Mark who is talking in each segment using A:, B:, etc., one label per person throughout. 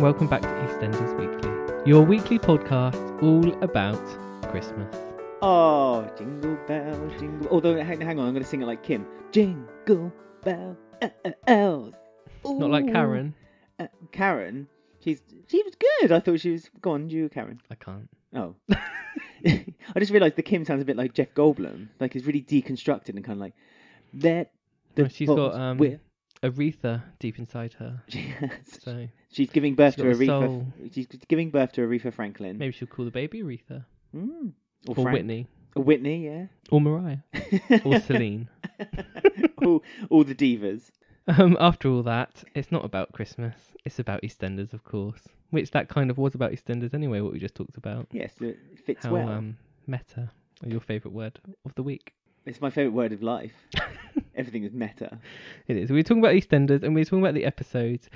A: welcome back to EastEnders Weekly, your weekly podcast all about Christmas.
B: Oh, jingle bell, jingle. Although, hang, hang on, I'm going to sing it like Kim. Jingle bell, uh, uh, ells.
A: Not like
B: Ooh.
A: Karen.
B: Uh, Karen, she's she was good. I thought she was. Go on, you, Karen.
A: I can't.
B: Oh, I just realised the Kim sounds a bit like Jeff Goldblum. Like he's really deconstructed and kind of like that.
A: No, she's got um,
B: With...
A: Aretha deep inside her. So
B: she's giving birth
A: she's
B: to
A: got a
B: Aretha.
A: soul.
B: She's giving birth to Aretha Franklin.
A: maybe she'll call the baby Aretha.
B: Mm.
A: Or,
B: Frank-
A: Whitney.
B: Or Whitney, yeah.
A: Or Mariah. Or Celine.
B: all, all the divas.
A: Um, after all that, it's not about Christmas. It's about EastEnders, of course. Which that kind of was about EastEnders anyway, what we just talked about.
B: Yes, it fits
A: How
B: well.
A: um, meta, or your favourite word of the week.
B: It's my favourite word of life. Everything is meta.
A: It is. We were talking about EastEnders and we were talking about the episodes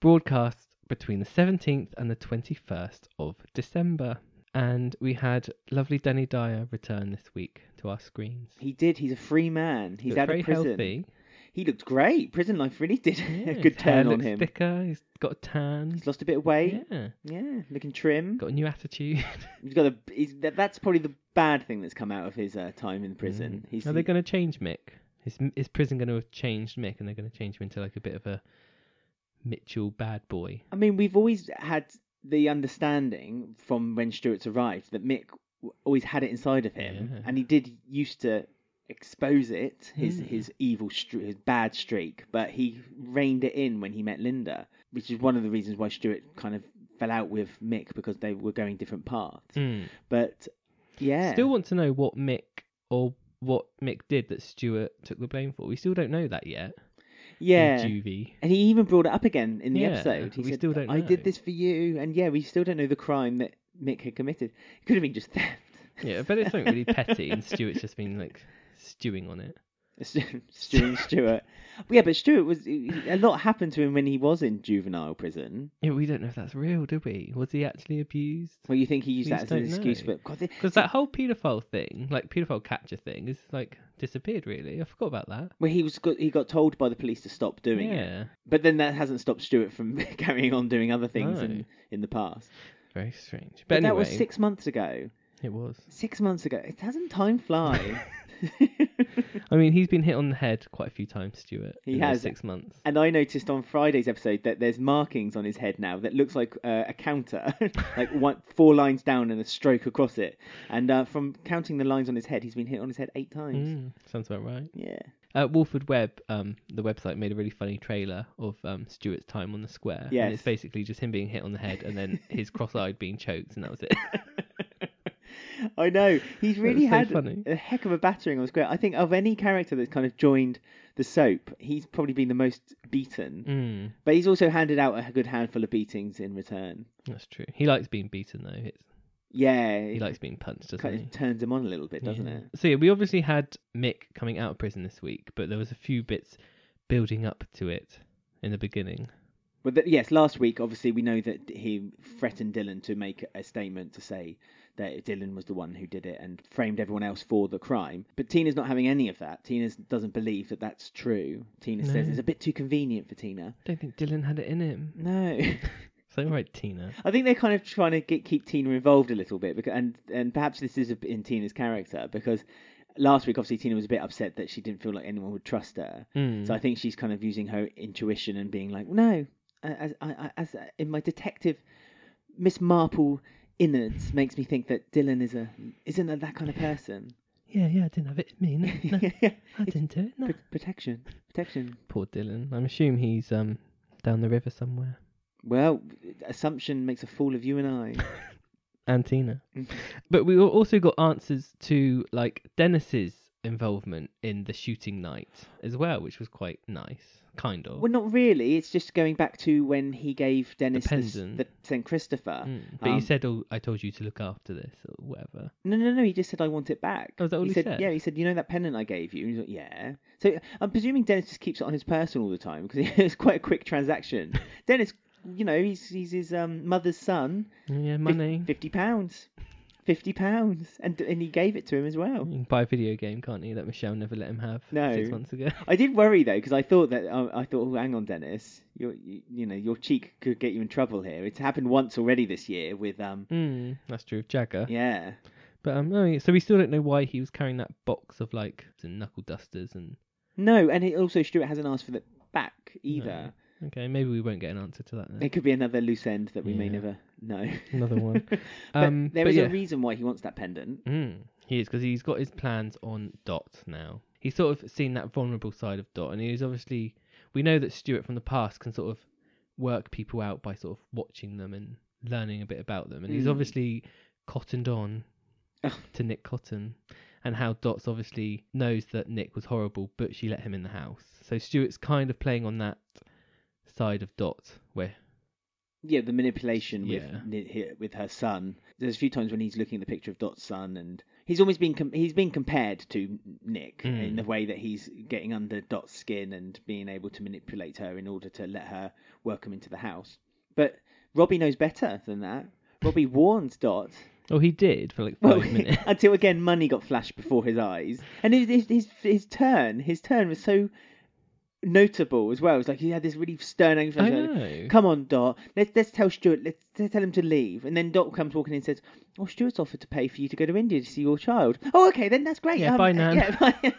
A: broadcast between the 17th and the 21st of December. And we had lovely Danny Dyer return this week to our screens.
B: He did. He's a free man. He's
A: Looked
B: out
A: very
B: of prison.
A: healthy.
B: He looked great. Prison life really did
A: Yeah,
B: a
A: his
B: good
A: hair
B: turn on
A: looks
B: him.
A: thicker. He's got a tan.
B: He's lost a bit of weight.
A: Yeah,
B: Yeah, looking trim.
A: got a new attitude.
B: He's got a. He's, that, that's probably the bad thing that's come out of his uh, time in prison.
A: Mm.
B: He's
A: Are they going to change Mick? Is is prison going to have changed Mick, and they're going to change him into like a bit of a Mitchell bad boy?
B: I mean, we've always had the understanding from when Stuart's arrived that Mick w- always had it inside of him,
A: Yeah.
B: and he did used to expose it his
A: Mm.
B: his evil stre- his bad streak, but he reined it in when he met Linda, which is one of the reasons why Stuart kind of fell out with Mick because they were going different paths. But yeah,
A: Mm. Still want to know what Mick or what Mick did that Stuart took the blame for. We still don't know that yet. in
B: yeah.
A: juvie.
B: And he even brought it up again in the
A: Yeah,
B: episode. He
A: we
B: said,
A: still don't
B: "I
A: know."
B: did this for you," and yeah, we still don't know the crime that Mick had committed. It could have been just theft.
A: Yeah, but it's something really petty, and Stuart's just been like stewing on it.
B: Stu- Stuart. Stuart. yeah, but Stuart was a lot happened to him when he was in juvenile prison.
A: Yeah, we don't know if that's real, do we? Was he actually abused?
B: Well, you think he used
A: We
B: that
A: just
B: as an
A: don't
B: excuse,
A: know.
B: but God, they-
A: Because that whole paedophile thing, like paedophile catcher thing, is like disappeared. Really, I forgot about that.
B: well, he was got, he got told by the police to stop doing it,
A: yeah,
B: but then that hasn't stopped Stuart from carrying on doing other things
A: No.
B: in, in the past.
A: very strange. But,
B: But,
A: anyway,
B: that was six months ago.
A: it was.
B: Six months ago. It hasn't time fly.
A: I mean, he's been hit on the head quite a few times, Stuart.
B: He
A: in those
B: has.
A: six months.
B: And I noticed on Friday's episode that there's markings on his head now that looks like uh, a counter, like one, four lines down and a stroke across it. And uh, from counting the lines on his head, he's been hit on his head eight times.
A: Mm, sounds about right.
B: Yeah.
A: Uh, Wolford Web, um, the website, made a really funny trailer of um, Stuart's time on the square. And
B: Yes.
A: it's basically just him being hit on the head and then his cross-eyed being choked, and that was it.
B: I know. He's really
A: was so
B: had
A: funny.
B: a heck of a battering on Square. I think of any character that's kind of joined the soap, he's probably been the most beaten.
A: mm,
B: But he's also handed out a good handful of beatings in return.
A: that's true. He likes being beaten though. It's,
B: Yeah.
A: he
B: It
A: likes being punched, doesn't
B: kind
A: he?
B: of turns him on a little bit, doesn't
A: Yeah.
B: it?
A: So yeah, we obviously had Mick coming out of prison this week, but there was a few bits building up to it in the beginning.
B: Well, th yes, last week, obviously, we know that he threatened Dylan to make a statement to say that Dylan was the one who did it and framed everyone else for the crime. But Tina's not having any of that. Tina doesn't believe that that's true. Tina says
A: No.
B: it's a bit too convenient for Tina.
A: don't think Dylan had it in him.
B: No.
A: So right, Tina.
B: I think they're kind of trying to get, keep Tina involved a little bit, because, and, and perhaps this is a bit in Tina's character, because last week, obviously, Tina was a bit upset that she didn't feel like anyone would trust her.
A: Mm.
B: So I think she's kind of using her intuition and being like, no, as I, I, as uh, in my detective, Miss Marple innards makes me think that Dylan is a isn't a, that kind of person.
A: Yeah, yeah, I didn't have it in me. No, no,
B: yeah,
A: I didn't do it. No.
B: Pr- protection, protection.
A: Poor Dylan. I'm assuming he's um down the river somewhere.
B: Well, assumption makes a fool of you and I.
A: And Tina.
B: Mm.
A: but we al- also got answers to like Dennis's involvement in the shooting night as well, which was quite nice, kind of.
B: well, not really. It's just going back to when he gave Dennis the, s-
A: pendant.
B: the Saint Christopher.
A: Mm. But he
B: um,
A: said, "Oh, I told you to look after this or whatever."
B: No, no, no. He just said, "I want it back."
A: Oh, is that all he
B: said,
A: said?
B: Yeah, he said, "You know that pendant I gave you?" And he's like, "Yeah." So I'm presuming Dennis just keeps it on his person all the time because it's quite a quick transaction. Dennis, you know, he's he's his um, mother's son.
A: Yeah, money.
B: Fifty pounds. fifty pounds, and and he gave it to him as well.
A: You can buy a video game, can't you? That Michelle never let him have
B: No.
A: six months ago.
B: I did worry though because I thought that I I thought, oh, hang on, Dennis, your you, you know your cheek could get you in trouble here. It's happened once already this year with um
A: Mm, that's true of Jagger.
B: yeah
A: But um, no, so we still don't know why he was carrying that box of like knuckle dusters and
B: no, and it also Stuart hasn't asked for it back either.
A: okay, maybe we won't get an answer to that. Then.
B: It could be another loose end that we may
A: Yeah.
B: never know.
A: Another one.
B: But
A: um,
B: there
A: but
B: is
A: yeah.
B: a reason why he wants that pendant.
A: Mm, he is because he's got his plans on Dot now. He's sort of seen that vulnerable side of Dot, and he's obviously we know that Stuart from the past can sort of work people out by sort of watching them and learning a bit about them, and he's
B: Mm.
A: obviously cottoned on
B: Ugh.
A: to Nick Cotton and how Dot's obviously knows that Nick was horrible, but she let him in the house. So Stuart's kind of playing on that side of Dot where
B: Yeah, the manipulation with
A: Yeah.
B: ni- he- with her son. There's a few times when he's looking at the picture of Dot's son, and he's almost been com- he's been compared to Nick
A: Mm.
B: in the way that he's getting under Dot's skin and being able to manipulate her in order to let her welcome into the house. But Robbie knows better than that. Robbie warns Dot
A: oh he did for like
B: well,
A: five minutes.
B: until again money got flashed before his eyes, and his his his, his turn his turn was so notable as well. It's like he had this really stern anger.
A: I know.
B: Come on, Dot. Let's let's tell Stuart. Let's, let's tell him to leave. And then Dot comes walking in and says, "Well, Stuart's offered to pay for you to go to India to see your child." Oh, okay, then that's great.
A: Yeah, bye, Nan.
B: Yeah, bye.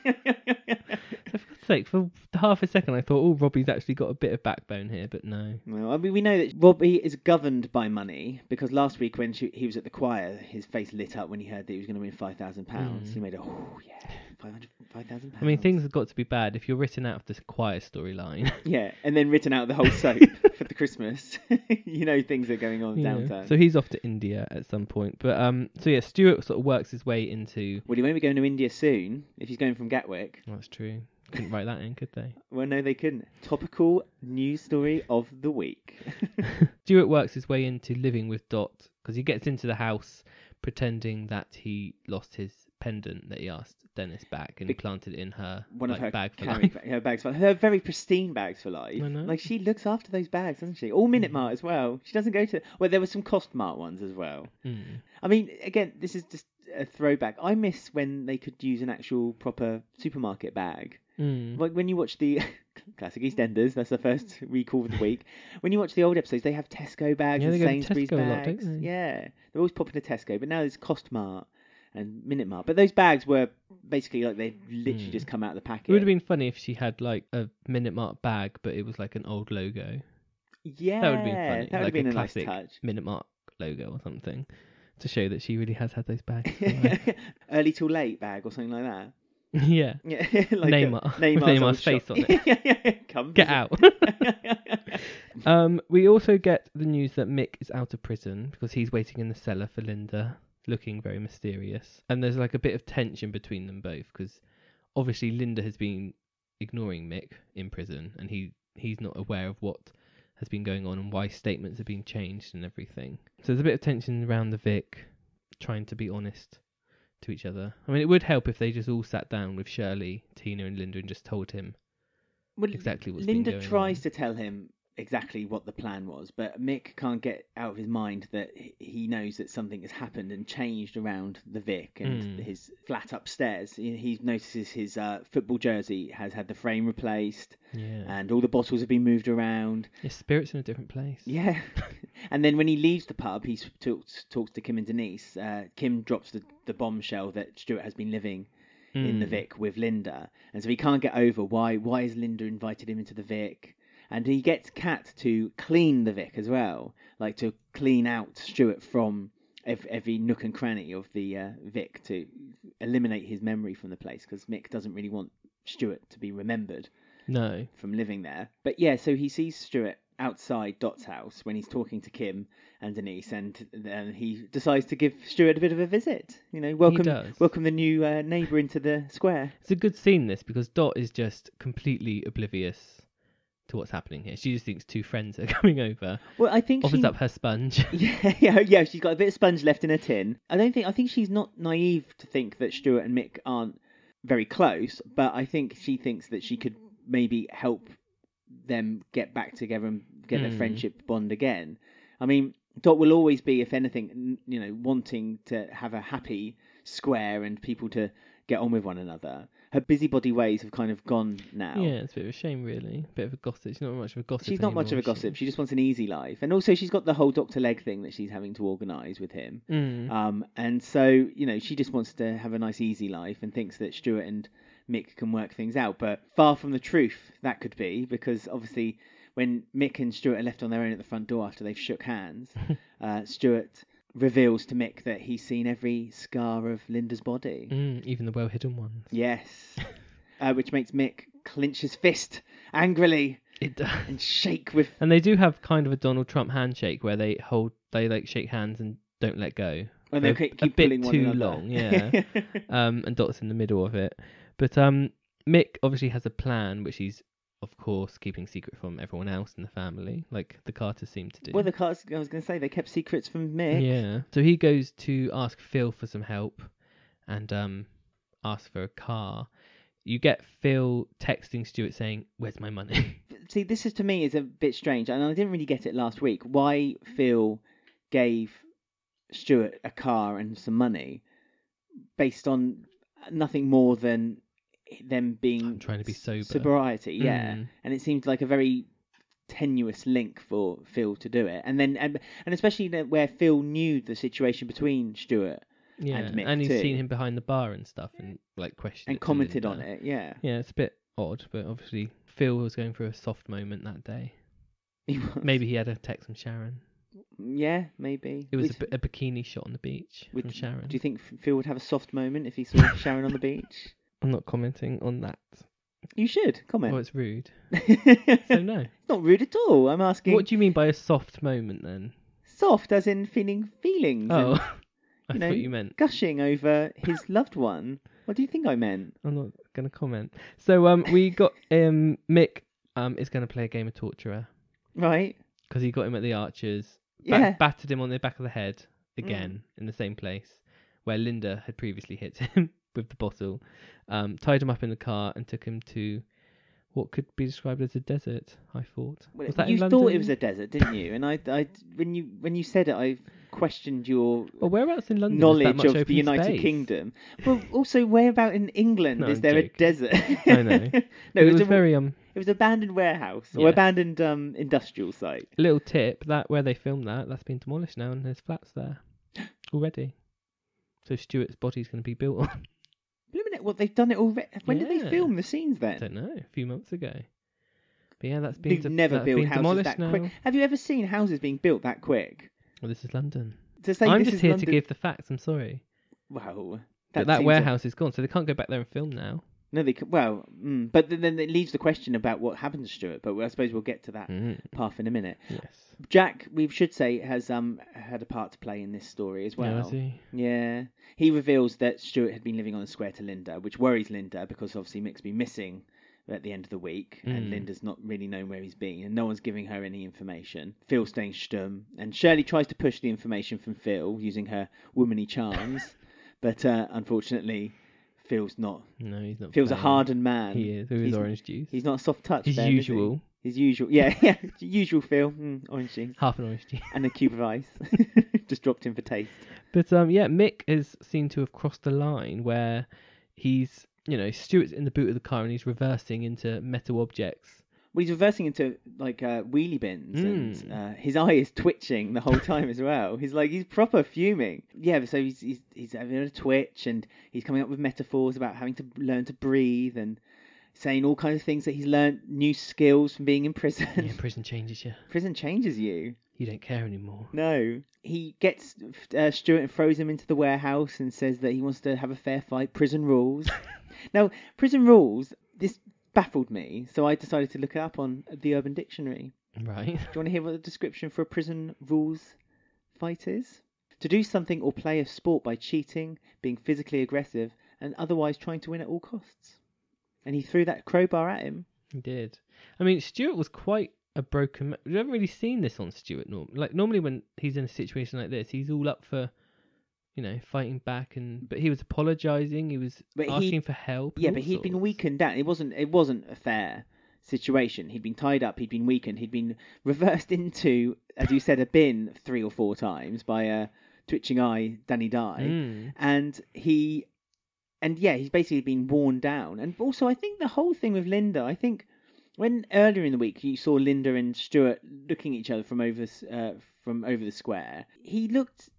A: So for God's sake, for half a second I thought, oh, Robbie's actually got a bit of backbone here, but no.
B: well, I mean, we know that Robbie is governed by money because last week when she, he was at the choir, his face lit up when he heard that he was going to win five thousand pounds.
A: Mm.
B: He made a oh yeah, five hundred, five thousand pounds.
A: I mean, things have got to be bad if you're written out of this choir storyline.
B: Yeah, and then written out the whole soap for the Christmas. you know, things are going on
A: you know.
B: downturn.
A: So he's off to India at some point, but um, so yeah, Stuart sort of works his way into.
B: well, he won't be going to India soon if he's going from Gatwick.
A: Well, that's true. Couldn't write that in, could they?
B: Well, no, they couldn't. Topical news story of the week.
A: Stuart works his way into living with Dot because he gets into the house pretending that he lost his pendant that he asked Dennis back and
B: Be-
A: planted it in her
B: One
A: like,
B: of her
A: bag for
B: carry
A: life.
B: ba- her bags for her very pristine bags for life.
A: I know. Mm-hmm.
B: Like she looks after those bags, doesn't she? All Minute Mart as well. She doesn't go to. Well, there were some Cost Mart ones as well.
A: Mm.
B: I mean, again, this is just a throwback. I miss when they could use an actual proper supermarket bag.
A: Mm.
B: Like when you watch the classic EastEnders, that's the first recall of the week. When you watch the old episodes, they have Tesco bags
A: Yeah,
B: and
A: they go to
B: Sainsbury's
A: Tesco a lot,
B: bags.
A: don't they?
B: Yeah, they're always popping to Tesco, but now there's Costmart and Minute Mart. But those bags were basically like they literally
A: Hmm.
B: just come out of the packet.
A: It would have been funny if she had like a Minute Mark bag, but it was like an old logo.
B: yeah,
A: that would have been funny,
B: That
A: like
B: would have been
A: a
B: a,
A: classic
B: nice touch.
A: Minute Mark logo or something to show that she really has had those bags. somewhere.
B: Early till late bag or something like that.
A: yeah.
B: Yeah, like a-
A: Neymar.
B: Neymar's,
A: Neymar's
B: old
A: face
B: shop.
A: on it.
B: yeah, yeah, Come
A: Get out.
B: visit.
A: um, we also get the news that Mick is out of prison because he's waiting in the cellar for Linda, looking very mysterious. And there's like a bit of tension between them both because obviously Linda has been ignoring Mick in prison and he, he's not aware of what has been going on and why statements have been changed and everything. So there's a bit of tension around the Vic trying to be honest to each other. I mean, it would help if they just all sat down with Shirley, Tina, and Linda and just told him
B: Well,
A: exactly what's been
B: Linda
A: going
B: tries
A: on.
B: to tell him exactly what the plan was, but Mick can't get out of his mind that h- he knows that something has happened and changed around the Vic and
A: Mm.
B: his flat upstairs. He he notices his uh, football jersey has had the frame replaced
A: Yeah.
B: and all the bottles have been moved around.
A: Your spirit's in a different place.
B: Yeah. and then when he leaves the pub, he s- talks, talks to Kim and Denise. Uh, Kim drops the, the bombshell that Stuart has been living in the
A: Mm.
B: Vic with Linda, and so he can't get over why why is Linda invited him into the Vic, and he gets Kat to clean the Vic as well, like to clean out Stuart from ev- every nook and cranny of the uh, Vic to eliminate his memory from the place because Mick doesn't really want Stuart to be remembered
A: No.
B: from living there. But yeah, so he sees Stuart outside Dot's house when he's talking to Kim and Denise, and then he decides to give Stuart a bit of a visit. You know, welcome,
A: does.
B: welcome the new uh, neighbour into the square.
A: It's a good scene, this, because Dot is just completely oblivious to what's happening here. She just thinks two friends are coming over,
B: Well, I think
A: offers
B: she.
A: up her sponge.
B: Yeah, yeah, yeah. She's got a bit of sponge left in her tin. I don't think. I think she's not naive to think that Stuart and Mick aren't very close, but I think she thinks that she could maybe help them get back together and get their
A: Hmm.
B: friendship bond again. I mean, Dot will always be, if anything, n- you know, wanting to have a happy square and people to get on with one another. Her busybody ways have kind of gone now.
A: Yeah, it's a bit of a shame, really. Bit of a gossip. She's not much of a gossip.
B: She's not much of a
A: anymore, is
B: gossip. She just wants an easy life, and also she's got the whole Doctor Leg thing that she's having to organise with him.
A: she? Mm.
B: Um, and so you know she just wants to have a nice easy life and thinks that Stuart and Mick can work things out, but far from the truth that could be because obviously when Mick and Stuart are left on their own at the front door after they've shook hands, uh, Stuart reveals to Mick that he's seen every scar of Linda's body.
A: Mm, even the well hidden ones.
B: Yes, uh, which makes Mick clench his fist angrily
A: It does.
B: and shake with
A: And they do have kind of a Donald Trump handshake where they hold, they like shake hands and don't let go.
B: when they
A: a-
B: keep
A: a
B: keep
A: bit
B: pulling one
A: too
B: another.
A: long, yeah. um, and Dot's in the middle of it. But um, Mick obviously has a plan, which he's of course keeping secret from everyone else in the family, like the Carters seem to do.
B: well, the cars. I was going to say they kept secrets from Mick.
A: yeah. So he goes to ask Phil for some help, and um, ask for a car. You get Phil texting Stuart saying, "Where's my money?"
B: see this is to me is a bit strange and i didn't really get it last week why phil gave stuart a car and some money based on nothing more than them being
A: I'm trying to be sober.
B: sobriety yeah
A: Mm.
B: and it seemed like a very tenuous link for phil to do it and then and, and especially that where phil knew the situation between stuart
A: Yeah,
B: and Mick
A: he's
B: too.
A: seen him behind the bar and stuff, and like questioned
B: and
A: it to
B: commented on
A: Linda.
B: it yeah
A: Yeah, it's a bit odd, but obviously Phil was going through a soft moment that day.
B: He was-
A: Maybe he had a text from Sharon.
B: yeah maybe
A: It was a,
B: Which-
A: bi- a bikini shot on the beach
B: Which-
A: from Sharon.
B: do you think phil would have a soft moment if he saw sharon on the beach
A: I'm not commenting on that.
B: You should comment.
A: Oh, it's rude.
B: it's
A: So no.
B: not rude at all. I'm asking
A: what do you mean by a soft moment then?
B: soft, as in feeling feelings,
A: Oh,
B: and
A: I
B: you know-
A: thought you meant.
B: gushing over his loved one. What do you think I meant?
A: I'm not gonna comment. So um, we got um Mick um is gonna play a game of torturer
B: Right?
A: because he got him at the Archers. ba-
B: Yeah. Mm.
A: battered him on the back of the head again in the same place where Linda had previously hit him with the bottle, um, tied him up in the car and took him to what could be described as a desert. I thought
B: Well,
A: was that
B: you
A: in
B: thought it
A: London?
B: was a desert, didn't you? And I, I, when you when you said it, I questioned your
A: Well, where else in London is that
B: knowledge
A: much
B: of the
A: open
B: United
A: space?
B: Kingdom. Well, also, where about in England
A: No,
B: is
A: I'm
B: there a
A: joking.
B: desert?
A: I know.
B: no,
A: it was
B: a,
A: very um
B: it was abandoned warehouse or
A: Yeah.
B: abandoned um industrial site.
A: little tip that where they filmed that that's been demolished now and there's flats there already. So Stuart's body's going to be built on.
B: Wait a minute, what they've done it already? When did
A: Yeah.
B: they film the scenes
A: I
B: then?
A: don't know, a few months ago. But yeah, that's been
B: They've
A: de-
B: never
A: that's
B: built
A: been
B: houses
A: demolished
B: that
A: now.
B: quick. Have you ever seen houses being built that quick?
A: Well, this is London.
B: To say
A: I'm
B: this
A: just
B: is
A: here
B: London-
A: to give the facts. I'm sorry.
B: Wow,
A: That,
B: seems
A: that
B: a-
A: warehouse is gone, so they can't go back there and film now.
B: No, they could, well, mm, but then, then it leaves the question about what happens to Stuart. But I suppose we'll get to that
A: Mm.
B: path in a minute.
A: Yes.
B: Jack, we should say, has um had a part to play in this story as
A: Wow.
B: well. Yeah. He reveals that Stuart had been living on the square to Linda, which worries Linda because obviously Mick's been missing at the end of the week
A: Mm.
B: and Linda's not really known where he's been and no one's giving her any information. Phil's staying stum and Shirley tries to push the information from Phil using her womanly charms, but uh, unfortunately Phil's not.
A: No, he's not.
B: Phil's a
A: playing.
B: hardened man.
A: He is. With his
B: He's-
A: orange juice.
B: He's not a soft touch.
A: His
B: Ben, is he?
A: usual.
B: His usual. Yeah, yeah. usual Phil. Mm, orange juice.
A: Half an orange juice.
B: And a cube of ice. Just dropped in for taste.
A: But um, yeah, Mick is seen to have crossed the line where he's, you know, Stuart's in the boot of the car and he's reversing into metal objects.
B: Well, he's reversing into like uh, wheelie bins, and
A: Mm.
B: uh, his eye is twitching the whole time as well. He's like he's proper fuming. Yeah, so he's he's, he's having a twitch, and he's coming up with metaphors about having to learn to breathe, and saying all kinds of things that he's learned new skills from being in prison.
A: Yeah, prison changes you.
B: prison changes you.
A: You don't care anymore.
B: No, he gets uh, Stuart and throws him into the warehouse and says that he wants to have a fair fight. Prison rules. now, prison rules. This baffled me, so I decided to look it up on the Urban Dictionary.
A: Right.
B: Do you want to hear what the description for a prison rules fight is? To do something or play a sport by cheating, being physically aggressive, and otherwise trying to win at all costs. And he threw that crowbar at him.
A: He did. I mean, Stuart was quite a broken. ma- We haven't really seen this on Stuart. Norm, like normally when he's in a situation like this, he's all up for, you know, fighting back and. But he was apologising. He was
B: But he-
A: asking for help. and
B: Yeah,
A: all
B: but he'd been
A: sorts.
B: weakened down. It wasn't. It wasn't a fair situation. He'd been tied up, he'd been weakened, he'd been reversed into, as you said, a bin three or four times by a twitching eye Danny Dye.
A: Mm.
B: And he, and yeah, he's basically been worn down. And also, I think the whole thing with Linda, I think when earlier in the week you saw Linda and Stuart looking at each other from over s- uh, from over the square, he looked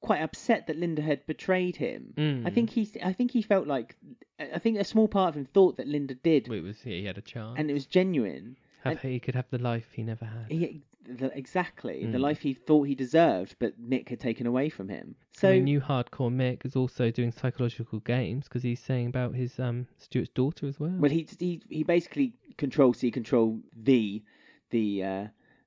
B: quite upset that Linda had betrayed him.
A: Mm.
B: I think he, I think he felt like, I think a small part of him thought that Linda did,
A: Well, it was yeah, he had a chance,
B: and it was genuine.
A: Have-
B: and-
A: he could have the life he never had.
B: He, the, exactly the
A: Mm.
B: life he thought he deserved, but Mick had taken away from him. So
A: and the new hardcore Mick is also doing psychological games because he's saying about his um Stuart's daughter as well.
B: Well, he he he basically control C control V, the uh,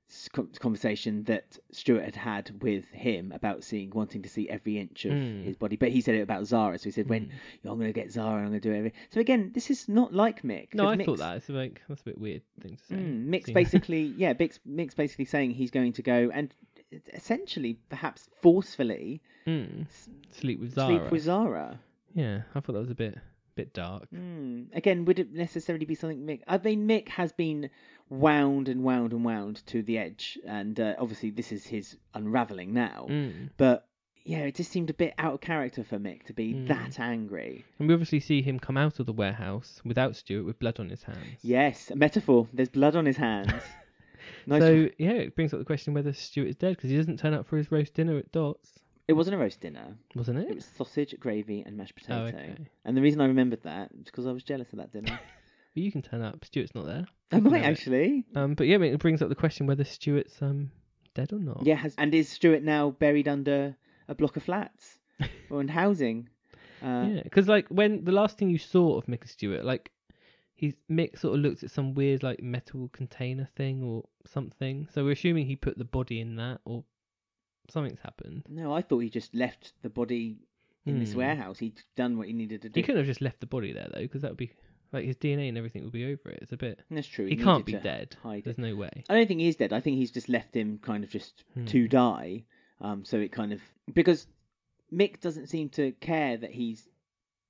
B: s- con- conversation that Stuart had had with him about seeing wanting to see every inch of
A: Mm.
B: his body. But he said it about Zara, so he said, "When
A: Hmm.
B: I'm going to get Zara, I'm going to do everything." So again, this is not like Mick.
A: no,
B: 'cause
A: I
B: Mick's-
A: thought that. It's like that's a bit weird thing to say.
B: Mm, Mick's
A: Seeing-
B: basically yeah, Mick's, Mick's basically saying he's going to go and essentially, perhaps forcefully,
A: Mm.
B: s-
A: Sleep with Zara.
B: sleep with Zara.
A: Yeah, I thought that was a bit bit dark.
B: Mm. Again, would it necessarily be something Mick? I mean, Mick has been wound and wound and wound to the edge, and uh, obviously this is his unraveling now.
A: Mm.
B: But yeah, it just seemed a bit out of character for Mick to be
A: Mm.
B: that angry.
A: And we obviously see him come out of the warehouse without Stuart with blood on his hands.
B: Yes, a metaphor. There's blood on his hands. nice.
A: So yeah, it brings up the question whether Stuart is dead because he doesn't turn up for his roast dinner at Dot's,
B: It wasn't a roast dinner.
A: wasn't
B: It
A: it?
B: was sausage, gravy, and mashed potato.
A: Oh, okay.
B: And the reason I remembered that is because I was jealous of that dinner.
A: But you can turn up. Stuart's not there.
B: I might
A: Love it.
B: actually.
A: Um, but yeah, it brings up the question whether Stuart's um dead or not.
B: Yeah, has, and is Stuart now buried under a block of flats or in housing? Uh,
A: Yeah, because like when the last thing you saw of Mick and Stewart, like he's Mick sort of looked at some weird like metal container thing or something. So we're assuming he put the body in that or something's happened.
B: No, I thought he just left the body in this
A: Hmm.
B: warehouse. He'd done what he needed to do.
A: He couldn't have just left the body there though, because that would be like his DNA and everything would be over it. It's a bit.
B: That's true.
A: He, can't
B: needed
A: be
B: to
A: dead.
B: Hide it.
A: There's no way.
B: I don't think he's dead. I think he's just left him kind of just
A: Hmm.
B: to die. Um, so it kind of because Mick doesn't seem to care that he's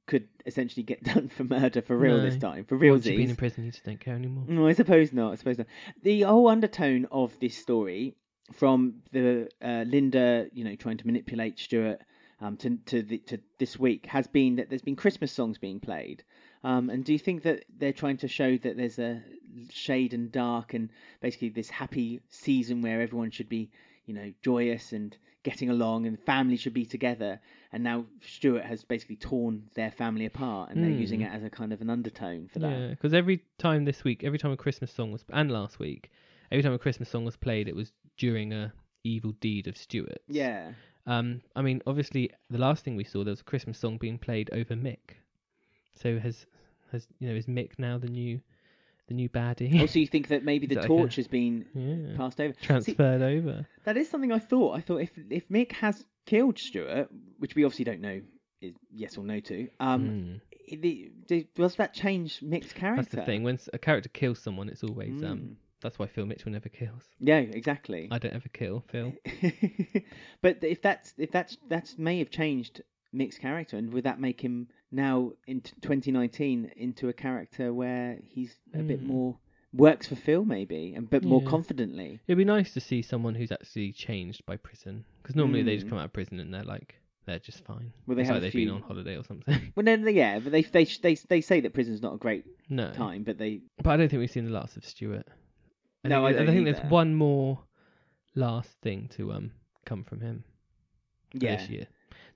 B: could essentially get done for murder for real
A: No.
B: Mm, this time for
A: Once you've been in
B: realsies.
A: prison, you just don't care anymore.
B: No, I suppose not. I suppose not. The whole undertone of this story, from the uh, Linda, you know, trying to manipulate Stuart, um, to to the, to this week has been that there's been Christmas songs being played. Um, and do you think that they're trying to show that there's a shade and dark and basically this happy season where everyone should be, you know, joyous and getting along and family should be together? And now Stuart has basically torn their family apart and they're
A: Hmm.
B: using it as a kind of an undertone for that.
A: Yeah, because every time this week, every time a Christmas song was and last week, every time a Christmas song was played, it was during a evil deed of Stuart.
B: yeah.
A: Um, I mean, obviously, the last thing we saw there was a Christmas song being played over Mick. So has has you know is Mick now the new the new baddie?
B: Also, you think that maybe
A: Is
B: the
A: that like
B: torch
A: a-
B: has been
A: yeah,
B: passed over.
A: transferred over.
B: That is something I thought. I thought if if Mick has killed Stuart, which we obviously don't know is yes or no to, um,
A: Mm.
B: the, the- does that change Mick's character?
A: That's the thing. When s- a character kills someone, it's always um.
B: Mm.
A: That's why Phil Mitchell never kills.
B: Yeah, exactly.
A: I don't ever kill
B: Eh.
A: Phil.
B: but if that's if that's that's may have changed Mick's character, and would that make him now in t- 2019 into a character where he's a bit
A: Hmm.
B: more works for Phil maybe, and but more
A: Yeah.
B: confidently?
A: It'd be nice to see someone who's actually changed by prison, because normally they just
B: Mm.
A: come out of prison and they're like they're just fine.
B: Well, they
A: it's
B: have
A: like
B: a
A: they've
B: few-
A: been on holiday or something.
B: Well, no, no, yeah, but they they they they say that prison's not a great
A: no,
B: time, but they
A: But I don't think we've seen the last of Stuart. I
B: No,
A: think,
B: I don't
A: think
B: either.
A: there's one more last thing to um come from him for
B: yeah.
A: this year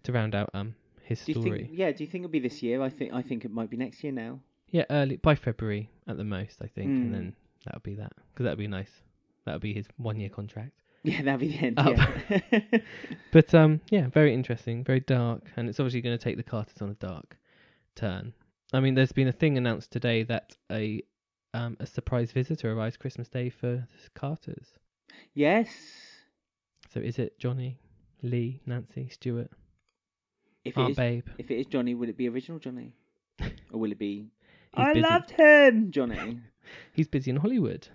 A: to round out um his
B: Do you
A: story.
B: think? Yeah, do you think it'll be this year? I think I think it might be next year now.
A: Yeah, early by February at the most, I think,
B: Mm.
A: and then that'll be that because that'll be nice. That'll be his one year contract.
B: Yeah, that'll be the end.
A: Oh.
B: Yeah.
A: But um yeah, very interesting, very dark, and it's obviously going to take the Carters on a dark turn. I mean, there's been a thing announced today that a um a surprise visitor arrives Christmas Day for the Carters.
B: yes.
A: So is it Johnny, Lee, Nancy, Stuart,
B: If it
A: Aunt
B: is,
A: Oh, Babe?
B: if it is Johnny, will it be original Johnny, or will it be?
A: He's
B: I
A: busy.
B: loved him, Johnny.
A: He's busy in Hollywood.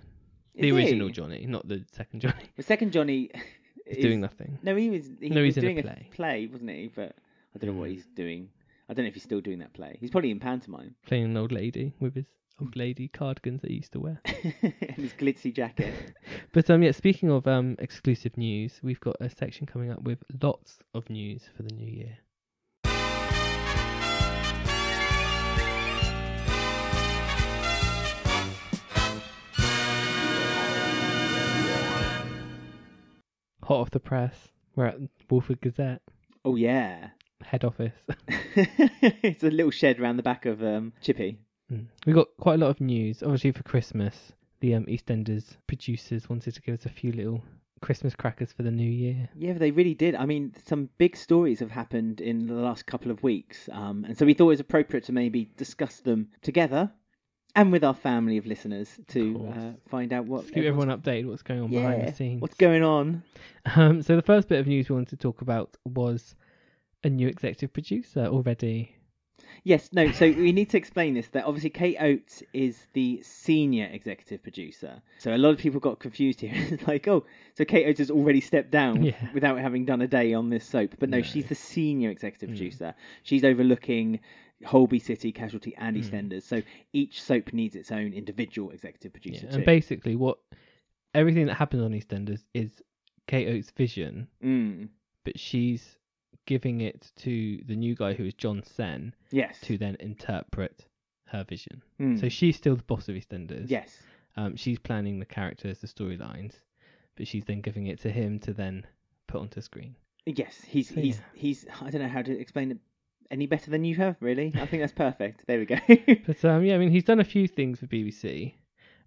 B: Is
A: the
B: he?
A: original Johnny, not the second Johnny.
B: The second Johnny
A: He's
B: is
A: doing nothing.
B: No, he was. He
A: No,
B: was
A: he's in a
B: doing
A: play. Mm.
B: wasn't he? But I don't know what he's doing. I don't know if he's still doing that play. He's probably in pantomime
A: playing an old lady with his old lady cardigans that he used to wear.
B: and his glitzy jacket.
A: But um, yeah, speaking of um exclusive news, we've got a section coming up with lots of news for the new year. Hot off the press, we're at Wolford Gazette
B: Oh yeah,
A: head office.
B: it's a little shed round the back of um, Chippy.
A: Mm. we got quite a lot of news. Obviously, for Christmas, the um, EastEnders producers wanted to give us a few little Christmas crackers for the new year.
B: Yeah, they really did. I mean, some big stories have happened in the last couple of weeks, um, and so we thought it was appropriate to maybe discuss them together and with our family of listeners
A: Of
B: to
A: course.
B: uh, find out what
A: Just Keep everyone updated what's going on behind
B: Yeah,
A: the scenes.
B: what's going on.
A: Um, so the first bit of news we wanted to talk about was a new executive producer already.
B: Yes, no. So we need to explain this. That obviously Kate Oates is the senior executive producer. So a lot of people got confused here. It's like, oh, so Kate Oates has already stepped down
A: Yeah.
B: without having done a day on this soap. But no,
A: No. Mm.
B: she's the senior executive producer. She's overlooking Holby City, Casualty,
A: Mm.
B: and EastEnders. So each soap needs its own individual executive producer
A: And
B: too.
A: basically, what everything that happens on EastEnders is Kate Oates' vision,
B: Mm.
A: but she's giving it to the new guy who is John Sen
B: Yes.
A: to then interpret her vision.
B: Mm.
A: So she's still the boss of EastEnders.
B: yes.
A: Um, she's planning the characters, the storylines, but she's then giving it to him to then put onto screen.
B: Yes, he's
A: So,
B: he's
A: yeah.
B: he's. I don't know how to explain it any better than you have. Really, I think that's perfect. There we go.
A: But um, yeah, I mean, he's done a few things for BBC.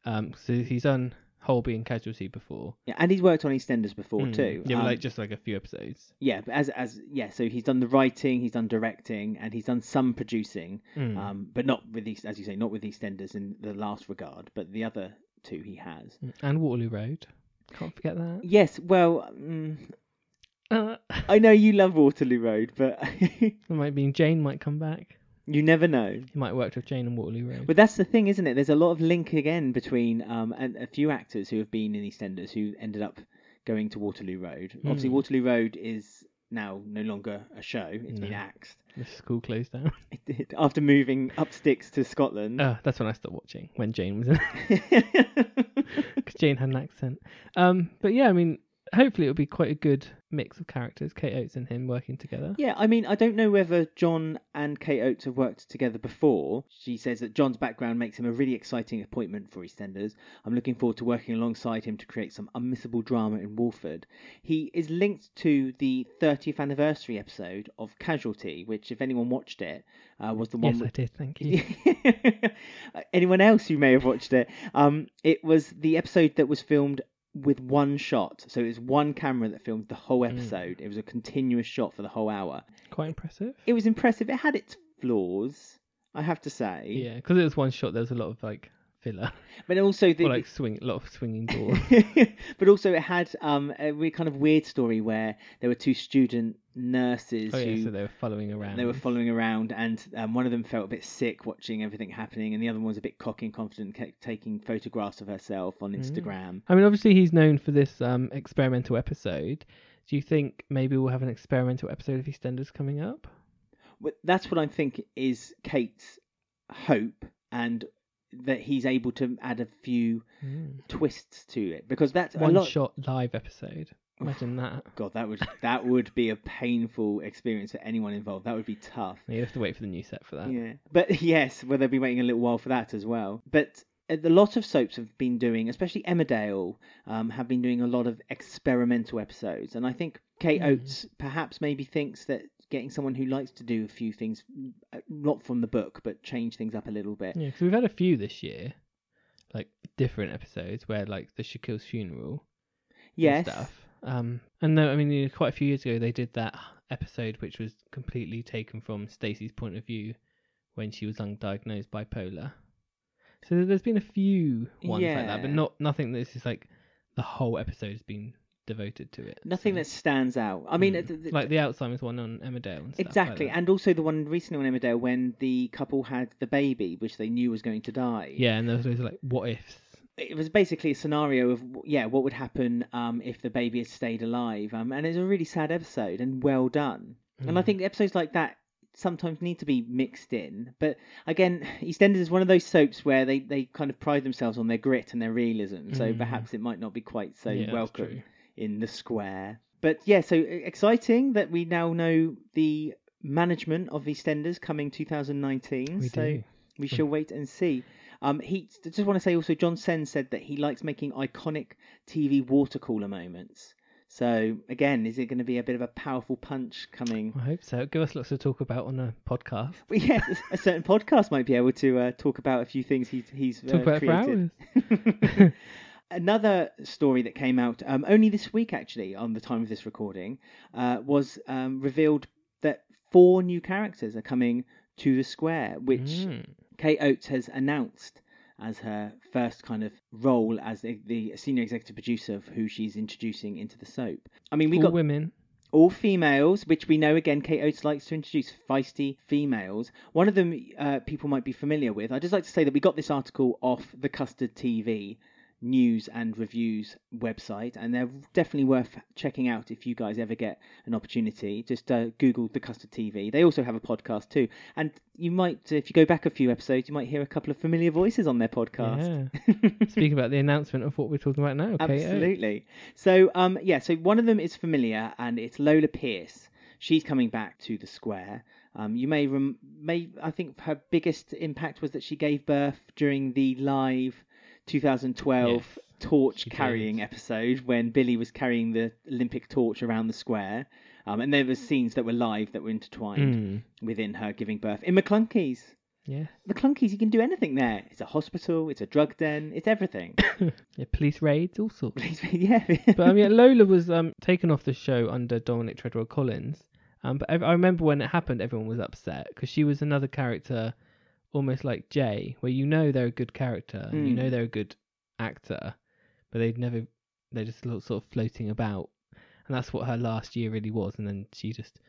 A: Um, so he's done Holby and Casualty before.
B: Yeah, and he's worked on EastEnders before
A: Mm.
B: too.
A: Yeah, but,
B: Um,
A: like just like a few episodes.
B: yeah, but as as yeah, so he's done the writing, he's done directing, and he's done some producing,
A: Mm.
B: um, but not with these, as you say, not with EastEnders in the last regard, but the other two he has.
A: and Waterloo Road. Can't forget that.
B: Yes, well, mm,
A: Uh,
B: I know you love Waterloo Road, but
A: it might mean Jane might come back.
B: you never know.
A: He might have worked with Jane and Waterloo Road.
B: But that's the thing, isn't it? There's a lot of link again between um, a, a few actors who have been in EastEnders who ended up going to Waterloo Road. Obviously,
A: Mm.
B: Waterloo Road is now no longer a show; it's been
A: No.
B: axed.
A: The school closed down.
B: It did, after moving up sticks to Scotland.
A: Uh, that's when I stopped watching when Jane was in. Because Jane had an accent. Um, but yeah, I mean, hopefully it'll be quite a good mix of characters, Kate Oates and him working together.
B: yeah, I mean, I don't know whether John and Kate Oates have worked together before. She says that John's background makes him a really exciting appointment for EastEnders. I'm looking forward to working alongside him to create some unmissable drama in Walford. He is linked to the 30th anniversary episode of Casualty, which, if anyone watched it, uh, was the one
A: yes,
B: with
A: I did. Thank you.
B: anyone else who may have watched it, um, it was the episode that was filmed with one shot. So it was one camera that filmed the
A: Mm.
B: whole episode. It was a continuous shot for the whole hour.
A: Quite impressive.
B: It was impressive. It had its flaws, I have to say.
A: Yeah, because it was one shot. There was a lot of like filler,
B: But also the.
A: or like swing, a lot of swinging doors.
B: but also it had um, a re- kind of weird story where there were two student nurses
A: oh
B: who
A: yeah, so they were following around.
B: They were following around, and um, one of them felt a bit sick watching everything happening, and the other one was a bit cocky and confident, kept taking photographs of herself
A: Hmm.
B: on Instagram.
A: I mean, obviously he's known for this um experimental episode. Do you think maybe we'll have an experimental episode of EastEnders coming up?
B: But That's what I think is Kate's hope, and that he's able to add a few twists to it because that's
A: One
B: Hmm. a lot.
A: shot live episode. Imagine that.
B: God, that would that would be a painful experience for anyone involved. That would be tough.
A: You have to wait for the new set for that.
B: Yeah. But yes, well, they'll be waiting a little while for that as well. But a a lot of soaps have been doing, especially Emmerdale, um, have been doing a lot of experimental episodes. And I think Kate
A: Hmm.
B: Oates perhaps maybe thinks that getting someone who likes to do a few things, uh, not from the book, but change things up a little bit.
A: Yeah, because we've had a few this year, like different episodes where like the Shaquille's funeral
B: Yes.
A: and stuff. Um, and no, I mean you know, quite a few years ago they did that episode which was completely taken from Stacey's point of view when she was undiagnosed bipolar. So there's been a few ones like that, but
B: Yeah.
A: not nothing that's just like the whole episode's been devoted to it.
B: Nothing
A: so-
B: that stands out. I mean,
A: Mm.
B: it- it-
A: like the Alzheimer's one on Emmerdale and stuff. like
B: exactly.
A: that.
B: and also the one recently on Emmerdale when the couple had the baby, which they knew was going to die.
A: yeah, and those those like what ifs.
B: it was basically a scenario of yeah what would happen um, if the baby
A: Mm.
B: had stayed alive um, and it's a really sad episode and well done and i think episodes like that sometimes need to be mixed in. But again, EastEnders is one of those soaps where they, they kind of pride themselves on their grit and their realism. So
A: Mm.
B: perhaps it might not be quite so
A: Yeah, that's
B: welcome
A: true.
B: in the square. But yeah, so e, exciting that we now know the management of EastEnders coming 2019.
A: We
B: so
A: do.
B: we
A: Hmm.
B: shall wait and see. Um, he I just want to say also, John Sen said that he likes making iconic TV water cooler moments. So again, is it going to be a bit of a powerful punch coming?
A: I hope so. Give us lots to talk about on a podcast.
B: But yes, a certain podcast might be able to uh, talk about a few things he's he's uh,
A: Talk about it for
B: created.
A: hours.
B: Another story that came out um, only this week, actually, on the time of this recording, uh, was um, revealed that four new characters are coming to the square, which
A: Mm.
B: Kate Oates has announced as her first kind of role as the, the senior executive producer of who she's introducing into the soap. I mean, we
A: All
B: got
A: women.
B: all females, which we know again, Kate Oates likes to introduce feisty females. One of them uh, people might be familiar with. I'd just like to say that we got this article off the Custard TV news and reviews website, and they're definitely worth checking out if you guys ever get an opportunity. Just uh, Google the Custard TV. They also have a podcast too, and you might, if you go back a few episodes, you might hear a couple of familiar voices on their podcast.
A: Yeah. Speaking about the announcement of what we're talking about now. Kate Oates.
B: Absolutely. So, um, yeah, so one of them is familiar, and it's Lola Pierce. She's coming back to the square. Um, you may, rem- may, I think her biggest impact was that she gave birth during the live 2012
A: Yes,
B: torch
A: she did.
B: carrying episode when Billy was carrying the Olympic torch around the square. Um, and there were scenes that were live that were intertwined
A: Mm.
B: within her giving birth in McClunkey's.
A: Yeah.
B: McClunkey's, you can do anything there. It's a hospital, it's a drug den, it's everything.
A: yeah. Police raids, all sorts.
B: yeah.
A: but I mean, Lola was um, taken off the show under Dominic Treadwell Collins. Um, but ev- I remember when it happened, everyone was upset because she was another character, almost like Jay, where you know they're a good character, and you
B: Mm.
A: know they're a good actor, but they've never, they're just lo- sort of floating about, and that's what her last year really was. And then she just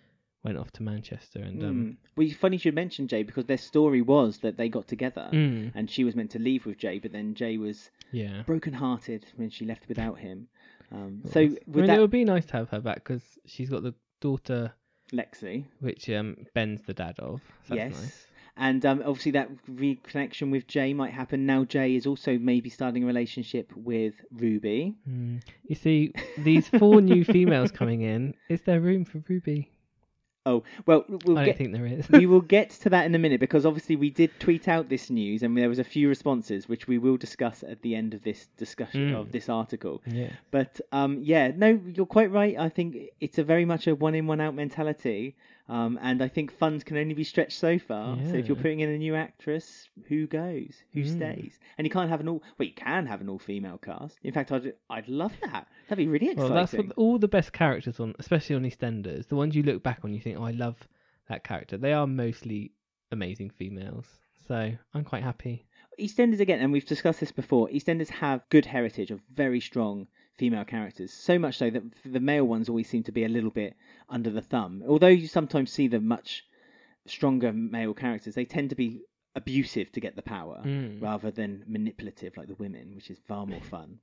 A: went off to Manchester, and um,
B: Mm. Well, it's funny you should mention Jay because their story was that they got together
A: mm,
B: and she was meant to leave with Jay, but then Jay was
A: yeah.
B: brokenhearted when she left without him. Um,
A: It
B: so
A: was- I
B: with
A: mean,
B: that,
A: it would be nice to have her back because she's got the daughter,
B: Lexi,
A: which um, Ben's the dad of. So that's
B: yes,
A: nice.
B: and um, obviously that reconnection with Jay might happen now. Jay is also maybe starting a relationship with Ruby.
A: Mm. You see, these four new females coming in. Is there room for Ruby?
B: Oh well, we'll
A: I don't
B: get
A: think there is.
B: we will get to that in a minute because obviously we did tweet out this news and there was a few responses which we will discuss at the end of this discussion
A: Mm.
B: of this article.
A: yeah.
B: But um, yeah, no, you're quite right. I think it's a very much a one in one out mentality, um, and I think funds can only be stretched so far. So if you're
A: Yeah.
B: putting in a new actress, who goes, who
A: Mm.
B: stays, and you can't have an all. Well, you can have an all female cast. In fact, I'd I'd love that. That'd be really
A: Well,
B: exciting.
A: that's what all the best characters on, especially on EastEnders, the ones you look back on, you think, "Oh, I love that character." They are mostly amazing females, so I'm quite happy.
B: EastEnders again, and we've discussed this before. EastEnders have good heritage of very strong female characters, so much so that the male ones always seem to be a little bit under the thumb. Although you sometimes see the much stronger male characters, they tend to be abusive to get the power
A: Mm.
B: rather than manipulative like the women, which is far more fun.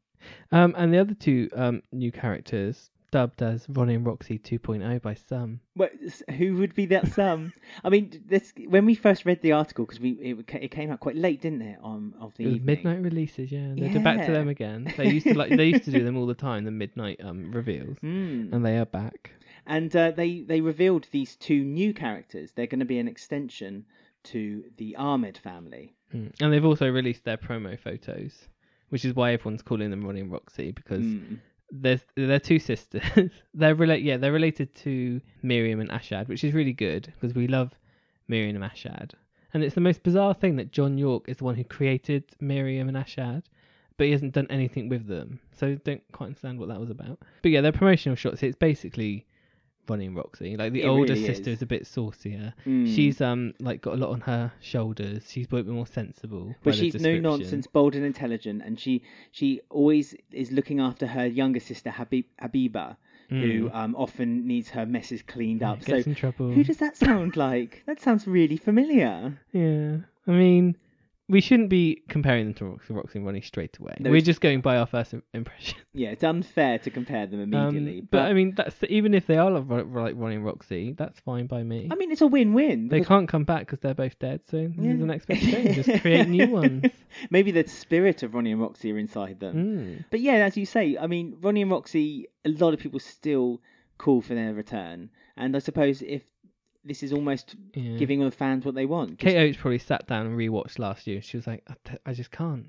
A: Um, and the other two um new characters, dubbed as Ronnie and Roxy 2.0 by some.
B: Well, s- who would be that some? I mean, this when we first read the article because we it, ca- it came out quite late, didn't it? On of the
A: It was
B: evening.
A: midnight releases, yeah. They're back to
B: Yeah.
A: them again. They used to like they used to do them all the time, the midnight um reveals,
B: Hmm.
A: and they are back.
B: And uh, they they revealed these two new characters. They're going to be an extension to the Ahmed family.
A: Mm. And they've also released their promo photos, which is why everyone's calling them Ronnie and Roxy because
B: Mm.
A: there's they're two sisters. they're related, yeah, they're related to Miriam and Ashad, which is really good because we love Miriam and Ashad. And it's the most bizarre thing that John York is the one who created Miriam and Ashad, but he hasn't done anything with them. So I don't quite understand what that was about. But yeah, their promotional shots. It's basically Ronnie and Roxy. Like the
B: It
A: older
B: really
A: sister
B: is.
A: is a bit saucier.
B: Mm.
A: She's um like got a lot on her shoulders. She's a bit more sensible. by
B: but
A: the
B: she's no
A: description.
B: nonsense, bold and intelligent, and she she always is looking after her younger sister Habib, Habiba, who
A: Mm.
B: um, often needs her messes cleaned up.
A: gets
B: So
A: in trouble.
B: who does that sound like? That sounds really familiar.
A: Yeah, I mean, we shouldn't be comparing them to Roxy, Roxy and Ronnie straight away.
B: No,
A: We're
B: it's-
A: just going by our first im- impression.
B: Yeah, it's unfair to compare them
A: Um,
B: immediately.
A: but, I mean, that's even if they are like Ro- like Ronnie and Roxy, that's fine by me.
B: I mean, it's a win-win.
A: they
B: because-
A: can't come back because they're both dead. So this
B: Yeah.
A: is the next best thing: just create new ones.
B: Maybe the spirit of Ronnie and Roxy are inside them.
A: Mm.
B: But yeah, as you say, I mean, Ronnie and Roxy, a lot of people still call for their return, and I suppose if this is almost
A: Yeah.
B: giving all the fans what they want.
A: Kate Oates probably sat down and rewatched last year. She was like, I, t- I just can't.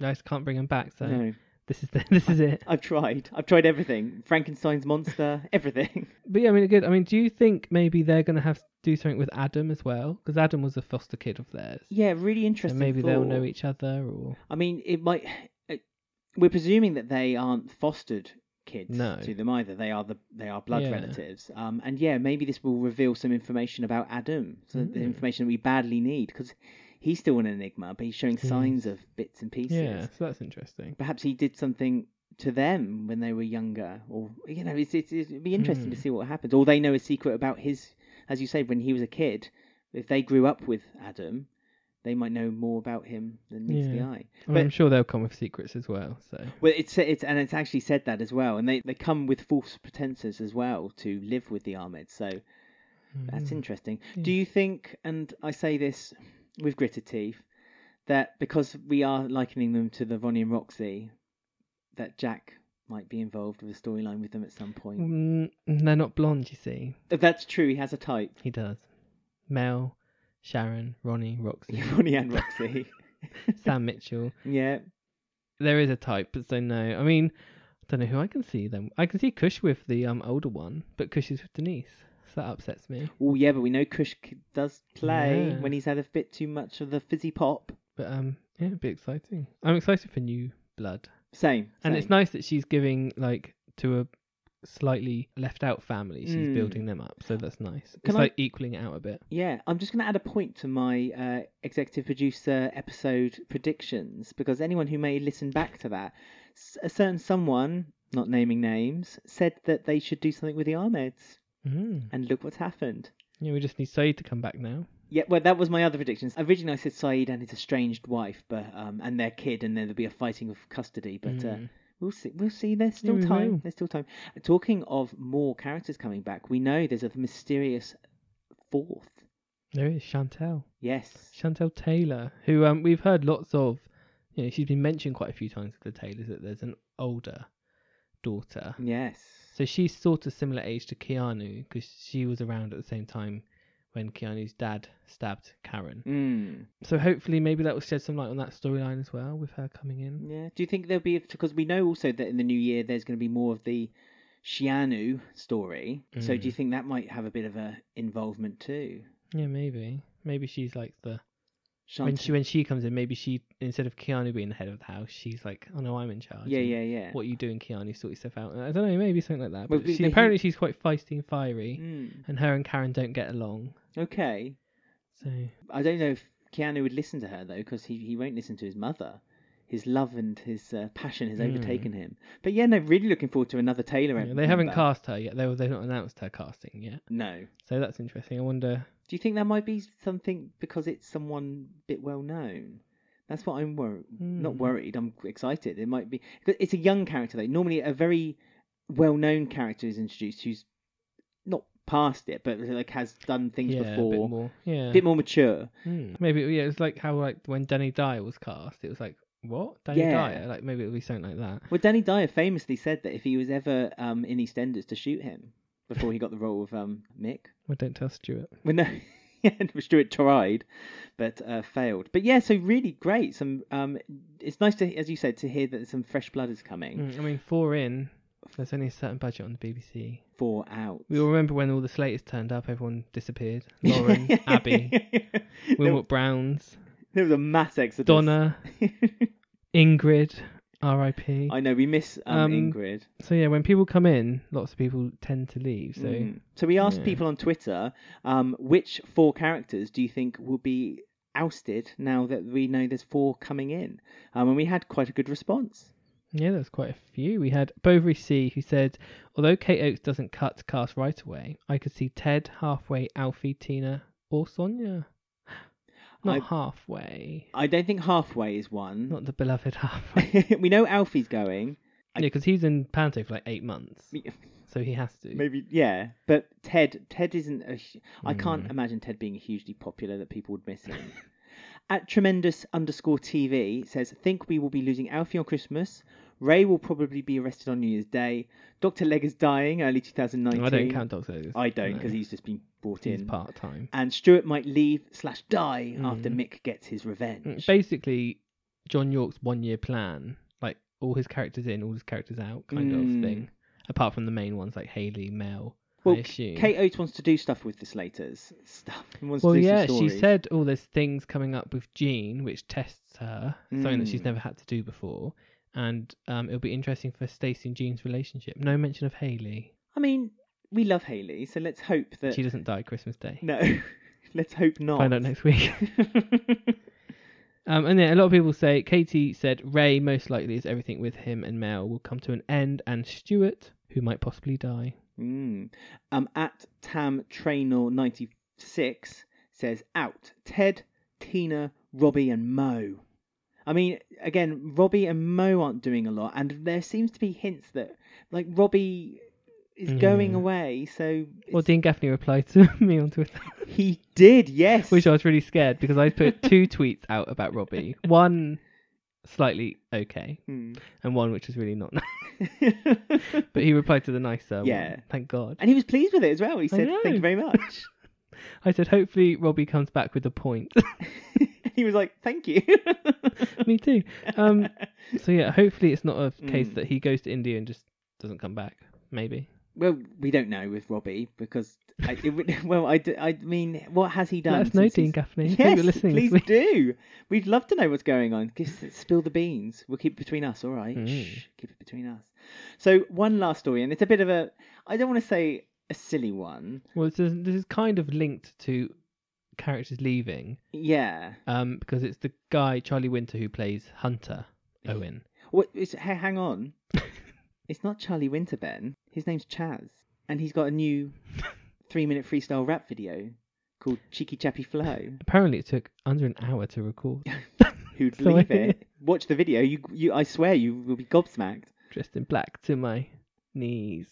A: I just can't bring them back. So
B: No,
A: this is the, this is it.
B: I've tried. I've tried everything. Frankenstein's monster, everything.
A: But yeah, I mean, good. I mean, do you think maybe they're gonna have to do something with Adam as well? Because Adam was a foster kid of theirs.
B: Yeah, really
A: So
B: interesting.
A: maybe they'll
B: thought.
A: know each other, or
B: I mean, it might. It, we're presuming that they aren't fostered kids
A: No.
B: to them either. They are the they are blood
A: Yeah.
B: relatives. Um, and yeah, maybe this will reveal some information about Adam, so the
A: Mm.
B: information we badly need because he's still an enigma, but he's showing
A: Mm.
B: signs of bits and pieces.
A: yeah. So that's interesting.
B: Perhaps he did something to them when they were younger, or you know, it's, it's, it'd be interesting to
A: Mm.
B: see what happens. Or they know a secret about his, as you said, when he was a kid. If they grew up with Adam, they might know more about him than meets the
A: Yeah. I
B: eye.
A: mean,
B: But-
A: I'm sure they'll come with secrets as well. So
B: Well, it's it's and it's actually said that as well, and they, they come with false pretenses as well to live with the Ahmed. So that's
A: Mm.
B: interesting.
A: Yeah.
B: Do you think? And I say this with gritted teeth that because we are likening them to the Ronnie and Roxy, that Jack might be involved with a storyline with them at some point.
A: Mm, they're not blonde, you see.
B: If that's true, he has a type,
A: He does. Mel, Sharon, Ronnie, Roxy,
B: Ronnie and Roxy.
A: Sam Mitchell.
B: yeah,
A: There is a type, but so no. I mean, I don't know who I can see them. I can see Kush with the um older one, but Kush is with Denise. So that upsets me.
B: Oh yeah, but we know Kush c- does play
A: Yeah.
B: when he's had a bit too much of the fizzy pop.
A: But um, yeah, it'd be exciting. I'm excited for new blood,
B: Same,
A: and
B: same.
A: it's nice that she's giving like to a slightly left out family. She's
B: Mm.
A: building them up, so that's nice.
B: Can
A: it's
B: I-
A: like equaling it out a bit.
B: Yeah, I'm just going to add a point to my uh, executive producer episode predictions because anyone who may listen back to that, s- a certain someone, not naming names, said that they should do something with the Ahmeds,
A: Mm.
B: and look what's happened.
A: Yeah, we just need Saeed to come back now.
B: Yeah, well, that was my other predictions. Originally, I said Saeed and his estranged wife, but um, and their kid, and then there'll be a fighting of custody. But uh,
A: Mm.
B: We'll see. We'll see. There's still
A: we
B: time.
A: will.
B: There's still time. Talking of more characters coming back, we know there's a mysterious fourth.
A: there is Chantel.
B: Yes.
A: Chantel Taylor, who um we've heard lots of, you know, she's been mentioned quite a few times with the Taylors that there's an older daughter.
B: Yes.
A: So she's sort of similar age to Keanu because she was around at the same time when Keanu's dad stabbed Karen.
B: Mm.
A: So hopefully maybe that will shed some light on that storyline as well with her coming in.
B: Yeah. Do you think there'll be because we know also that in the new year there's going to be more of the Shianu story. So
A: Mm.
B: do you think that might have a bit of a involvement too?
A: Yeah, maybe. Maybe she's like the when
B: Shanta-
A: she when she comes in, maybe she instead of Keanu being the head of the house, she's like, oh no, I'm in charge.
B: yeah,
A: and
B: yeah, yeah.
A: What you doing, Keanu? Sort yourself out. I don't know, maybe something like that.
B: Well,
A: But
B: we-
A: she,
B: they-
A: apparently she's quite feisty and fiery.
B: Mm.
A: and her and Karen don't get along.
B: Okay.
A: So
B: I don't know if Keanu would listen to her though, because he, he won't listen to his mother. His love and his uh, passion has
A: Hmm.
B: overtaken him. But yeah, no, really looking forward to another Taylor.
A: yeah,
B: em-
A: they haven't
B: member.
A: cast her yet. They they've not announced her casting yet.
B: No.
A: So that's interesting. I wonder.
B: Do you think that might be something because it's someone a bit well known? That's what I'm worried. Not
A: Hmm.
B: worried. I'm excited. It might be. 'cause It's a young character though. Normally, a very well-known character is introduced who's not past it, but like has done things
A: yeah,
B: before,
A: a bit more. Yeah,
B: a bit more mature.
A: Hmm. maybe. Yeah, it's like how like when Danny Dyer was cast. It was like what Danny
B: Yeah.
A: Dyer? Like maybe it'll be something like that.
B: Well, Danny Dyer famously said that if he was ever um, in EastEnders to shoot him before he got the role of um, Mick.
A: Well, don't tell Stuart.
B: Well, no, yeah, Stuart tried, but uh, failed. But yeah, so really great. Some um, it's nice to, as you said, to hear that some fresh blood is coming.
A: Mm, I mean, four in. There's only a certain budget on the BBC.
B: Four out.
A: We all remember when all the Slaters turned up. Everyone disappeared. Lauren, Abby, Wilmot Browns,
B: There was a mass exodus.
A: Donna, Ingrid, R.I.P.
B: I know we miss um,
A: Um,
B: Ingrid.
A: So yeah, when people come in, lots of people tend to leave. So
B: Mm. so we asked
A: yeah.
B: people on Twitter, um, which four characters do you think will be ousted now that we know there's four coming in? Um, and we had quite a good response.
A: yeah, there's quite a few. We had Bovary C, who said, although Kate Oates doesn't cut cast right away, I could see Ted halfway, Alfie, Tina, or Sonia. Not
B: I-
A: halfway.
B: I don't think halfway is one.
A: Not the beloved halfway.
B: we know Alfie's going.
A: Yeah, because he's in Panto for like eight months, so he has to.
B: Maybe yeah, but Ted Ted isn't a. hu- I can't
A: Mm.
B: imagine Ted being hugely popular that people would miss him. At tremendous underscore TV says think we will be losing Alfie on Christmas. Ray will probably be arrested on New Year's Day. Doctor Leg is dying early 2019.
A: I don't count Doctor.
B: I don't because
A: no.
B: he's just been brought
A: he's
B: in.
A: part time.
B: And Stuart might leave slash die after
A: Mm.
B: Mick gets his revenge.
A: Basically, John York's one year plan, like all his characters in, all his characters out, kind
B: Mm.
A: of thing. Apart from the main ones like Haley, Mel.
B: well,
A: I assume.
B: Kate Oates wants to do stuff with the Slaters. Stuff. Wants
A: well,
B: to do
A: yeah,
B: some stories.
A: she said all there's things coming up with Jean, which tests her, something that she's
B: Mm.
A: never had to do before. And um, it'll be interesting for Stacey and Jean's relationship. No mention of Haley.
B: I mean, we love Haley, so let's hope that
A: She doesn't die Christmas Day.
B: No, let's hope not.
A: Find out next week. Um, and then a lot of people say Katie said Ray most likely is everything with him and Mel will come to an end, and Stuart, who might possibly die.
B: mm. Um, at Tam Trainor ninety six says out Ted, Tina, Robbie, and Mo. I mean, again, Robbie and Mo aren't doing a lot, and there seems to be hints that like Robbie is going
A: Mhm.
B: away. So
A: Well, Dean Gaffney replied to me on Twitter,
B: he did, yes.
A: which I was really scared because I put two tweets out about Robbie. One slightly okay,
B: Hmm.
A: and one which was really not nice. But he replied to the nicer one.
B: Yeah.
A: Thank God.
B: and he was pleased with it as well. He said, "Thank you
A: know.
B: very much."
A: I said, hopefully Robbie comes back with a point.
B: he was like, "Thank you."
A: me too. Um, so yeah, hopefully it's not a case
B: Mm.
A: that he goes to India and just doesn't come back. Maybe.
B: Well, we don't know with Robbie because I, it, would- well, I, d- I mean, what has he done?
A: Let us know,
B: since
A: Dean
B: he's-
A: Gaffney. Hope
B: Yes,
A: you're listening this
B: please
A: week.
B: do. We'd love to know what's going on. Give, spill the beans. We'll keep it between us, all right?
A: Mm.
B: Shh, keep it between us. So one last story, and it's a bit of a. I don't want to say a silly one.
A: Well, this is, this is kind of linked to characters leaving,
B: Yeah.
A: um, because it's the guy Charlie Winter who plays Hunter Owen.
B: What? It's, ha- hang on. it's not Charlie Winter, Ben. His name's Chaz, and he's got a new three-minute freestyle rap video called "Cheeky Chappy Flow."
A: Apparently, it took under an hour to record.
B: Who'd
A: So I-
B: believe it? Watch the video. You, you, I swear, you will be gobsmacked.
A: Dressed in black to my knees.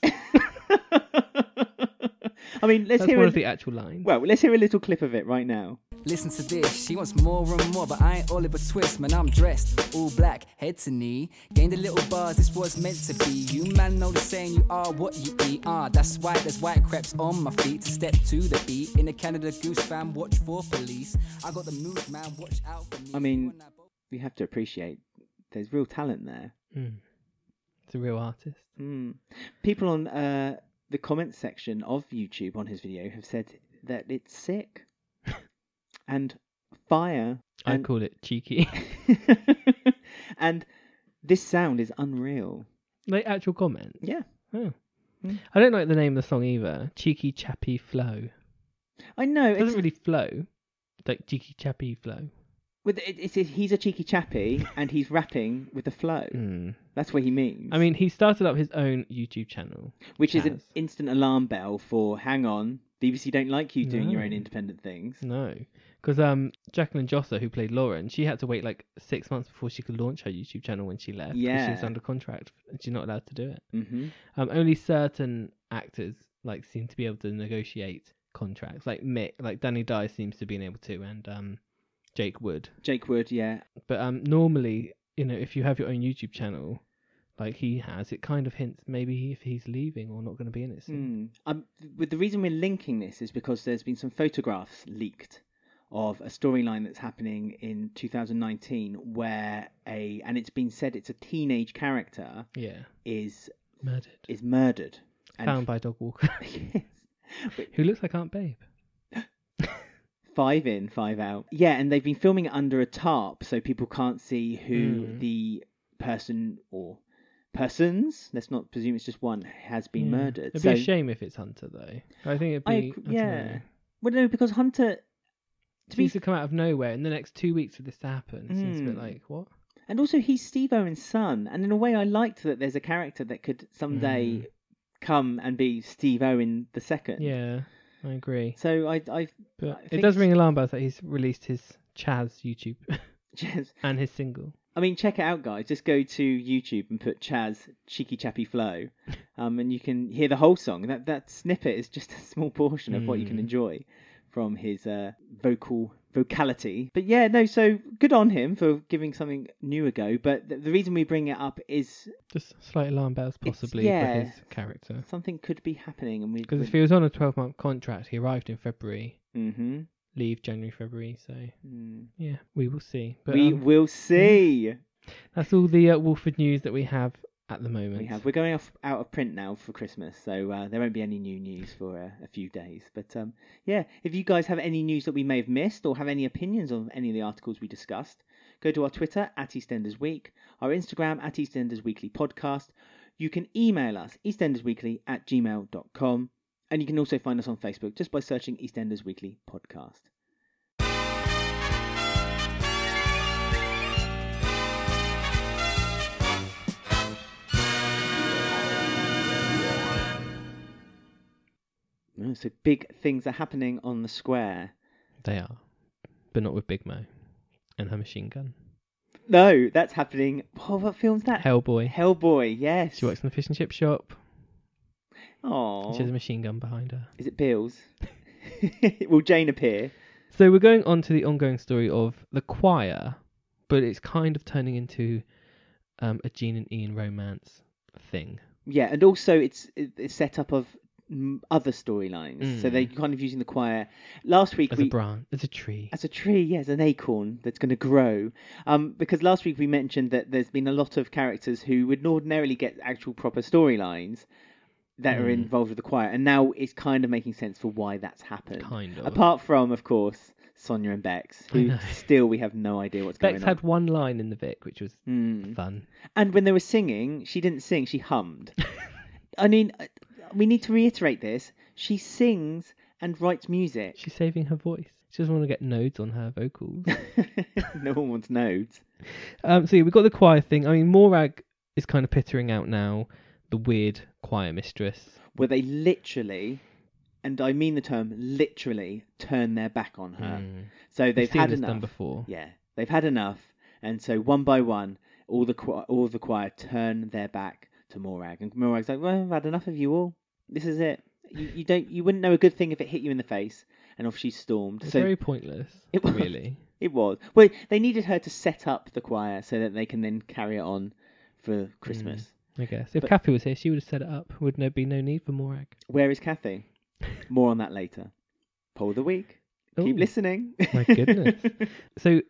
B: I mean, let's
A: That's
B: hear.
A: one
B: A,
A: of the actual lines.
B: Well, let's hear a little clip of it right now.
C: Listen to this, she wants more and more, but I ain't Oliver Twist, man. I'm dressed all black, head to knee. Gained a little bars, this was meant to be. You man know the saying, you are what you eat. Ah, that's why there's white crepes on my feet. To step to the beat in a Canada Goose fan, watch for police. I got the move, man. Watch out for me.
B: I mean- We have to appreciate there's real talent there.
A: Mm. It's a real artist.
B: Hmm. People on uh, the comments section of YouTube on his video have said that it's sick and fire.
A: I
B: And,
A: call it cheeky.
B: and this sound is unreal.
A: like actual comments.
B: Yeah.
A: Oh.
B: Mm.
A: I don't like the name of the song either. Cheeky chappy flow.
B: I know.
A: It
B: It's
A: doesn't really flow. Like cheeky chappy flow.
B: With it, it's, it's, he's a cheeky chappy and he's rapping with the flow.
A: Mm.
B: That's what he means.
A: I mean, he started up his own YouTube channel.
B: which is an
A: Chaz.
B: instant alarm bell for hang on, BBC don't like you doing your own
A: No.
B: independent things.
A: No, because um, Jacqueline Josser, who played Lauren, she had to wait like six months before she could launch her YouTube channel when she left. 'cause she was
B: Yeah.
A: under contract and she's not allowed to do it.
B: hmm
A: Um, only certain actors like seem to be able to negotiate contracts. Like Mick, like Danny Dyer seems to be able to, and um, Jake Wood.
B: Jake Wood, yeah,
A: But um, normally, you know, if you have your own YouTube channel, like he has, it kind of hints maybe if he's leaving or not going to be in it soon.
B: Mm. Um, with the reason we're linking this is because there's been some photographs leaked of a storyline that's happening in 2019 where a and it's been said it's a teenage character
A: Yeah,
B: is
A: murdered,
B: is murdered. Hmm. And
A: found by a dog walker
B: yes.
A: who looks like Aunt Babe.
B: Five in, five out. Yeah, and they've been filming it under a tarp so people can't see who
A: Mm.
B: the person or persons, let's not presume it's just one, has been
A: Yeah.
B: murdered.
A: Hmm. It'd
B: so,
A: be a shame if it's Hunter though. I think it'd
B: I
A: be
B: ag-
A: I
B: yeah.
A: yeah.
B: Well, no, because Hunter.
A: It
B: To be
A: seems to come out of nowhere in the next two weeks for this to happen. It seems a bit
B: Mm.
A: like what?
B: And also, he's Steve Owen's son. And in a way, I liked that there's a character that could someday come and be Steve Owen the second.
A: Hmm. Yeah, I I agree.
B: So I, I,
A: But
B: I
A: it
B: think
A: does
B: it's-
A: ring alarm bells that he's released his Chaz YouTube
B: Chaz,
A: and his single.
B: I mean, check it out, guys. Just go to YouTube and put Chaz Cheeky Chappy Flow, um, and you can hear the whole song. That that snippet is just a small portion of what you can
A: Mm.
B: enjoy from his uh, vocal vocality. But yeah, no. So good on him for giving something new a go. But the, the reason we bring it up is
A: Just slight alarm bells, possibly,
B: yeah.
A: for his character.
B: something could be happening, and we
A: Because if he was on a 12 month contract, he arrived in February,
B: hmm
A: leave January, February. So, yeah, we will see. But
B: Mm. we
A: um,
B: will see.
A: that's all the uh, Wolford news that we have at the moment.
B: We have. We're going off out of print now for Christmas, so uh, there won't be any new news for uh, a few days. But um, yeah, if you guys have any news that we may have missed or have any opinions on any of the articles we discussed, go to our Twitter at EastEnders Week, our Instagram at EastEnders Weekly Podcast. You can email us EastEndersWeekly at gmail.com, and you can also find us on Facebook just by searching EastEnders Weekly Podcast. Mm, So big things are happening on the square.
A: They are. But not with Big Mo and her machine gun.
B: No, that's happening. Oh, what film's that?
A: Hellboy.
B: Hellboy. Yes.
A: She works in the fish and chip shop.
B: Oh.
A: and She has a machine gun behind her.
B: Is it Bills? Will Jane appear?
A: So we're going on to the ongoing story of the choir, but it's kind of turning into um, a Gene and Ian romance thing.
B: Yeah, and also it's it's set up of mm, other storylines, so
A: Mm.
B: they're kind of using the choir. Last week
A: As
B: we
A: a branch, as a tree.
B: as a tree, yes, an acorn that's going to grow. Um, because last week we mentioned that there's been a lot of characters who would ordinarily get actual proper storylines that are
A: Mm.
B: involved with the choir, and now it's kind of making sense for why that's happened.
A: Kind of.
B: Apart from, of course, Sonia and Bex,
A: I
B: who
A: know.
B: still we have no idea what's
A: Bex
B: going
A: had one line in the Vic, which was
B: on. Mm.
A: fun.
B: And when they were singing, she didn't sing, she hummed. I mean, uh, we need to reiterate this. She sings and writes music.
A: She's saving her voice. She doesn't want to get nodes on her vocals.
B: no one wants nodes.
A: Um, so yeah, we've got the choir thing. I mean, Morag is kind of pittering out now. The weird choir mistress.
B: Where they literally, and I mean the term literally, turn their back on her.
A: Mm.
B: So
A: We've
B: they've
A: seen
B: had
A: this done
B: enough.
A: before.
B: Yeah, they've had enough. And so one by one, all the choir, all of the choir turn their back to Morag, and Morag's like, "Well, I've had enough of you all. This is it. You, you don't, you wouldn't know a good thing if it hit you in the face." And off she stormed.
A: It's
B: so
A: very pointless,
B: It was.
A: really.
B: It was. Well, they needed her to set up the choir so that they can then carry it on for Christmas.
A: I guess if
B: But-
A: Kathy was here, she would have set it up. Would there be no need for Morag?
B: Where is Kathy? More on that later. Poll of the week. Keep
A: Ooh.
B: listening.
A: My goodness. So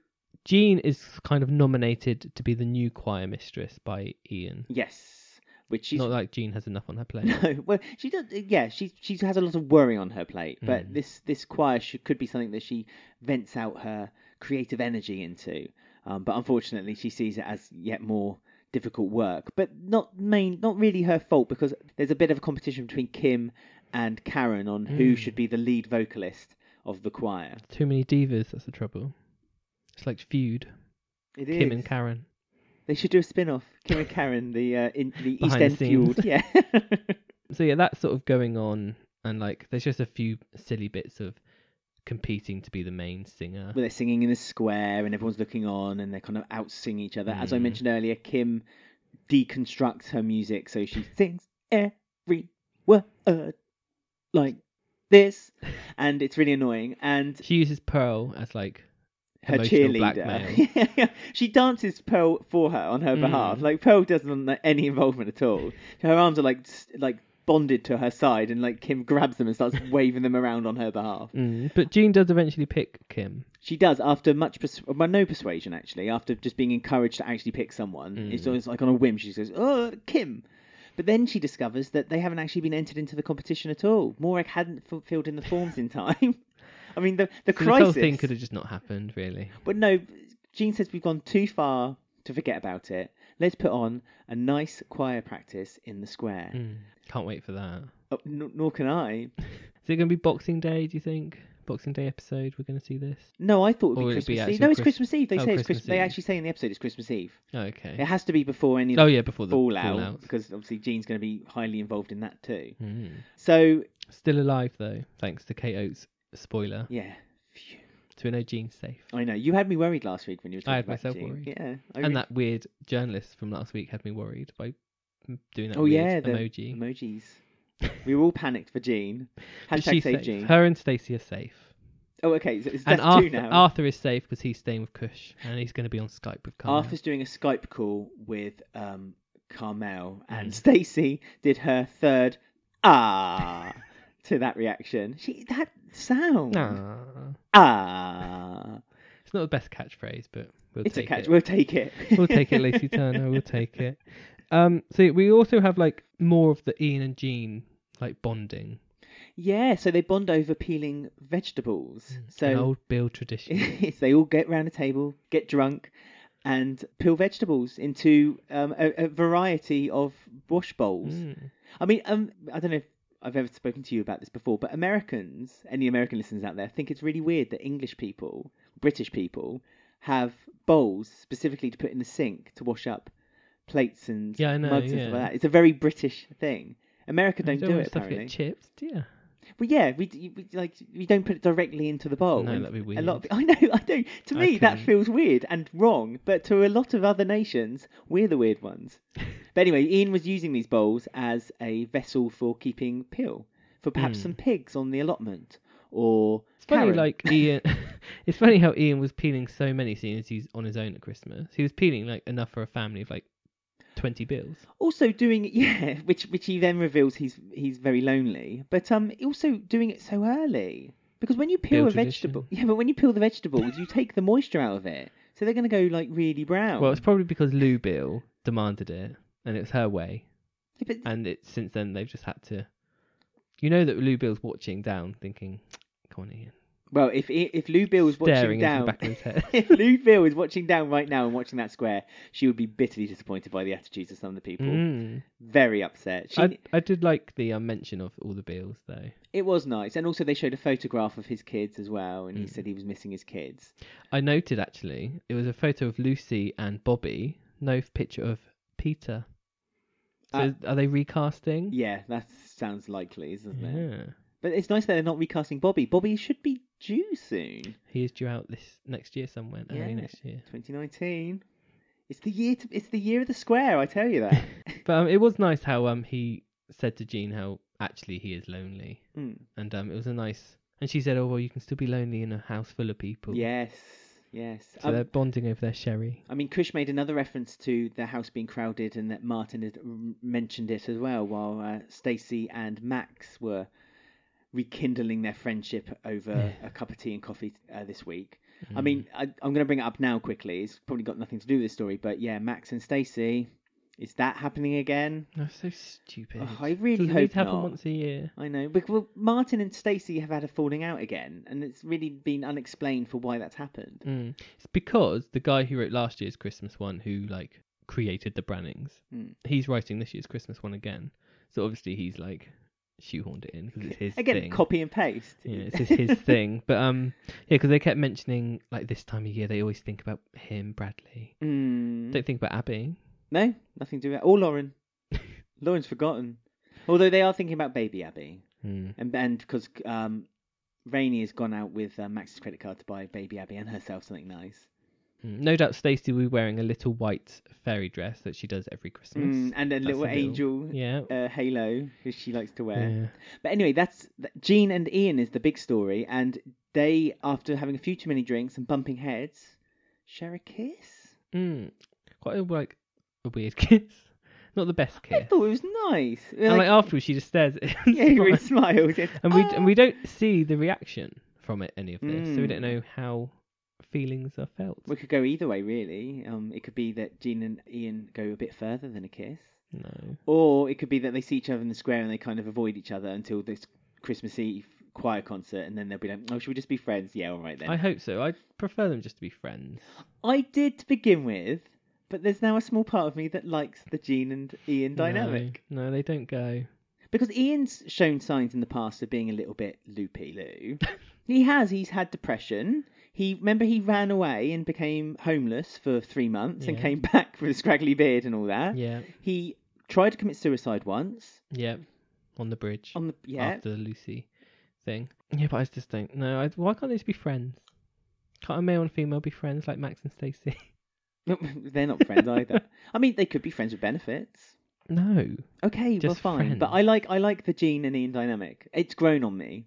A: Jean is kind of nominated to be the new choir mistress by Ian.
B: yes, which she's
A: Not like Jean has enough on her plate.
B: no. Well, she does. Yeah, she she has a lot of worry on her plate, but
A: Mm.
B: this this choir should, could be something that she vents out her creative energy into. Um, but unfortunately, she sees it as yet more difficult work. But not main, not really her fault because there's a bit of a competition between Kim and Karen on who
A: Mm.
B: should be the lead vocalist of the choir.
A: Too many divas. That's the trouble. It's like feud.
B: It
A: Kim
B: is.
A: and Karen.
B: They should do a spin-off. Kim and Karen, the uh, in, the East
A: Behind the
B: End
A: scenes.
B: fueled. Yeah.
A: So yeah, that's sort of going on, and like there's just a few silly bits of competing to be the main singer.
B: where they're singing in the square and everyone's looking on and they're kind of out singing each other. As I
A: Mm.
B: mentioned earlier, Kim deconstructs her music so she sings every word like this, and it's really annoying. And
A: She uses Pearl as like
B: her
A: Emotional
B: cheerleader,
A: blackmail.
B: she dances Pearl for her on her
A: Mm.
B: behalf. Like Pearl doesn't have any involvement at all. Her arms are like s- like bonded to her side, and like Kim grabs them and starts waving them around on her behalf.
A: Mm, but Jean does eventually pick Kim.
B: She does after much, pers- well, no persuasion actually. After just being encouraged to actually pick someone,
A: Mm.
B: it's always like on a whim. She says, "Oh, Kim," but then she discovers that they haven't actually been entered into the competition at all. Morag hadn't f- filled in the forms in time. I mean, the the
A: So
B: crisis.
A: This whole thing could have just not happened, really.
B: But no, Jean says we've gone too far to forget about it. Let's put on a nice choir practice in the square.
A: Mm, can't wait for that.
B: Oh, n- nor can I.
A: Is it going to be Boxing Day? Do you think Boxing Day episode? We're going to see this.
B: No, I thought it would
A: Or
B: be
A: it'd be
B: Christmas Eve.
A: actual
B: No, it's
A: Christ-
B: Christmas Eve. They
A: Oh,
B: say it's
A: Christmas
B: Christmas. They
A: Eve.
B: actually say in the episode it's Christmas Eve. It
A: Okay.
B: has to be before any of the
A: Oh yeah, before the
B: fallout
A: fallout.
B: because obviously Jean's going to be highly involved in that too.
A: Mm.
B: So
A: Still alive though, thanks to Kate Oates' spoiler.
B: Yeah. Phew.
A: So we know Jean's safe.
B: I know. You had me worried last week when you were talking
A: I had
B: about
A: myself
B: Jean.
A: worried.
B: Yeah. I
A: And
B: re-
A: that weird journalist from last week had me worried by mm, doing that
B: Oh
A: weird
B: yeah, the
A: emoji.
B: emojis. We were all panicked for Jean.
A: But she's
B: Hashtag save
A: safe.
B: Jean.
A: Her and Stacey are safe.
B: Oh, okay. So it's
A: and
B: that's two
A: Arthur,
B: now.
A: Arthur is safe because he's staying with Kush and he's going to be on Skype with Carl.
B: Arthur's doing a Skype call with um, Carmel,
A: Mm.
B: and Stacey did her third ah to that reaction. She that sound
A: Nah,
B: ah.
A: it's not the best catchphrase, but we'll
B: It's a
A: take
B: catch.
A: it.
B: We'll take it.
A: We'll take it, Lacey Turner. We'll take it. Um, so we also have like more of the Ian and Jean like bonding,
B: yeah. So they bond over peeling vegetables.
A: Mm, an
B: So
A: old Bill tradition.
B: is they all get round a table, get drunk, and peel vegetables into um, a, a variety of wash bowls.
A: Mm.
B: I mean, um, I don't know if I've ever spoken to you about this before, but Americans, any American listeners out there, think it's really weird that English people, British people, have bowls specifically to put in the sink to wash up plates and
A: Yeah, I know,
B: mugs and
A: yeah.
B: stuff like that. It's a very British thing. America
A: You
B: don't,
A: don't
B: do
A: want
B: it
A: stuff to
B: apparently.
A: get chips, do you?
B: Well, yeah, we, d- we like we don't put it directly into the bowl.
A: No,
B: and
A: that'd be
B: A lot of, I know, I do. To
A: I
B: me, that
A: couldn't.
B: feels weird and wrong, but to a lot of other nations, we're the weird ones. but anyway, Ian was using these bowls as a vessel for keeping pill for perhaps
A: Hmm.
B: some pigs on the allotment or
A: It's funny,
B: carrot.
A: like Ian. it's funny how Ian was peeling so many scenes he's on his own at Christmas. He was peeling like enough for a family of like twenty bills.
B: also doing yeah, which which he then reveals he's he's very lonely, but um also doing it so early because when you peel
A: Bill
B: a vegetable, yeah, but when you peel the vegetables, you take the moisture out of it. So they're going to go like really brown.
A: Well, it's probably because Lou Bill demanded it, and it was her way.
B: Yeah, but
A: And it since then they've just had to. You know that Lou Bill's watching down, thinking, "Come on, Ian."
B: Well, if if Lou Bill was watching
A: Staring into the
B: down,
A: back of his head.
B: if Lou Bill is watching down right now and watching that square, she would be bitterly disappointed by the attitudes of some of the people.
A: Mm.
B: Very upset. She,
A: I I did like the uh, mention of all the Bills though.
B: It was nice, and also they showed a photograph of his kids as well, and he
A: Mm.
B: said he was missing his kids.
A: I noted actually it was a photo of Lucy and Bobby, no picture of Peter. So
B: Uh,
A: are they recasting?
B: Yeah, that sounds likely, doesn't it?
A: yeah.
B: But it's nice that they're not recasting Bobby. Bobby should be due soon,
A: He is due out this next year somewhere,
B: Yeah.
A: early next year.
B: 2019. It's the year. To, it's the year of the square. I tell you that.
A: But um, it was nice how um he said to Jean how actually he is lonely,
B: Mm.
A: and um it was a nice. And she said, "Oh well, you can still be lonely in a house full of people."
B: Yes. Yes.
A: So
B: Um,
A: they're bonding over their sherry.
B: I mean, Kush made another reference to the house being crowded, and that Martin had m- mentioned it as well, while uh, Stacy and Max were rekindling their friendship over a cup of tea and coffee uh, this week.
A: Mm.
B: I mean, I, I'm going to bring it up now quickly. It's probably got nothing to do with this story, but yeah, Max and Stacy, is that happening again?
A: That's so stupid.
B: Oh, I
A: Does
B: really
A: it
B: hope
A: need to happen
B: not.
A: once a year.
B: I know. But, well, Martin and Stacy have had a falling out again, and it's really been unexplained for why that's happened.
A: Mm. It's because the guy who wrote last year's Christmas one, who like created the Brannings,
B: Mm.
A: he's writing this year's Christmas one again. So obviously he's like shoehorned it in because it's his
B: Again,
A: thing.
B: copy and paste.
A: Yeah, it's just his thing. But um, yeah, because they kept mentioning like this time of year, they always think about him, Bradley.
B: Mm.
A: Don't think about Abby.
B: No, nothing to do with that. Or Lauren. Lauren's forgotten. Although they are thinking about baby Abby.
A: Mm.
B: And and because um, Rainey has gone out with uh, Max's credit card to buy baby Abby and herself something nice.
A: Mm. No doubt Stacey will be wearing a little white fairy dress that she does every Christmas.
B: Mm, and a
A: That's
B: little
A: a little-
B: angel
A: Yeah.
B: uh, halo, which she likes to wear.
A: yeah.
B: But anyway, that's that, Jean and Ian is the big story. And they, after having a few too many drinks and bumping heads, share a kiss.
A: Mm. Quite a, like a weird kiss. Not the best
B: I
A: kiss.
B: thought it was nice.
A: And like
B: Like,
A: afterwards, she just stares at him.
B: yeah, he really smiles. Yes.
A: and we
B: Ah.
A: and we don't see the reaction from it any of this, so we
B: Mm.
A: don't know how feelings are felt.
B: We could go either way, really. Um, it could be that Jean and Ian go a bit further than a kiss,
A: No.
B: or it could be that they see each other in the square and they kind of avoid each other until this Christmas Eve choir concert, and then they'll be like, "Oh, should we just be friends?" Yeah, all right then.
A: I
B: I,
A: hope so. I prefer them just to be friends.
B: did to begin with, but there's now a small part of me that likes the Jean and Ian
A: No.
B: dynamic
A: No, they don't go.
B: because Ian's shown signs in the past of being a little bit loopy loo. he has. He's had depression. He remember he ran away and became homeless for three months and
A: Yeah.
B: came back with a scraggly beard and all that.
A: Yeah.
B: He tried to commit suicide once.
A: Yeah. on the bridge
B: On the yeah,
A: after the Lucy thing. Yeah, but I just don't know. I, why can't they just be friends? Can't a male and female be friends like Max and Stacey?
B: they're not friends either. I mean, they could be friends with benefits.
A: no.
B: Okay, well,
A: Just
B: fine. But
A: friends.
B: I like I like the Gene and Ian dynamic. It's grown on me.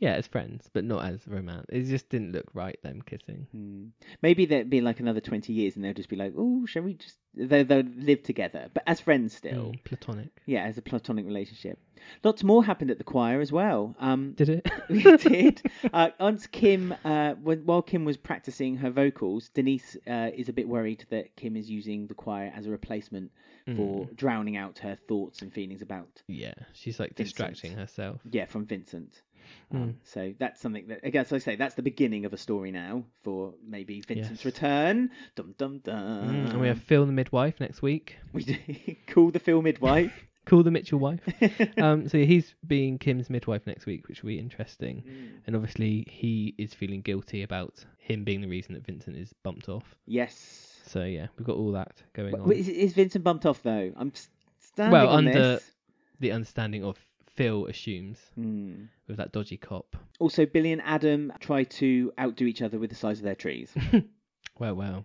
A: Yeah, as friends, but not as romance. It just didn't look right them kissing.
B: Hmm. Maybe there'd be like another twenty years, and they'll just be like, "Oh, shall we just?" They they'll live together, but as friends still.
A: Mm, platonic.
B: Yeah, as a platonic relationship. Lots more happened at the choir as well. Um,
A: Did it?
B: we did. Uh, Aunt Kim, uh, when, while Kim was practicing her vocals, Denise uh, is a bit worried that Kim is using the choir as a replacement for
A: Mm.
B: drowning out her thoughts and feelings about
A: Hmm. yeah, she's like
B: Vincent.
A: distracting herself. Hmm.
B: yeah from Vincent.
A: Mm.
B: Um, so that's something that, I guess I say, that's the beginning of a story now for maybe Vincent's
A: Yes.
B: return. Dum dum dum.
A: Mm, and we have Phil the midwife next week.
B: we do, call the film midwife.
A: Call the Mitchell wife. um, so he's being Kim's midwife next week, which will be interesting.
B: Mm.
A: And obviously, he is feeling guilty about him being the reason that Vincent is bumped off.
B: yes.
A: So yeah, we've got all that going
B: But
A: on.
B: Is, is Vincent bumped off though? I'm s- standing
A: Well,
B: on
A: under-
B: this.
A: The understanding of Phil assumes
B: Hmm.
A: with that dodgy cop.
B: Also, Billy and Adam try to outdo each other with the size of their trees.
A: Well, well.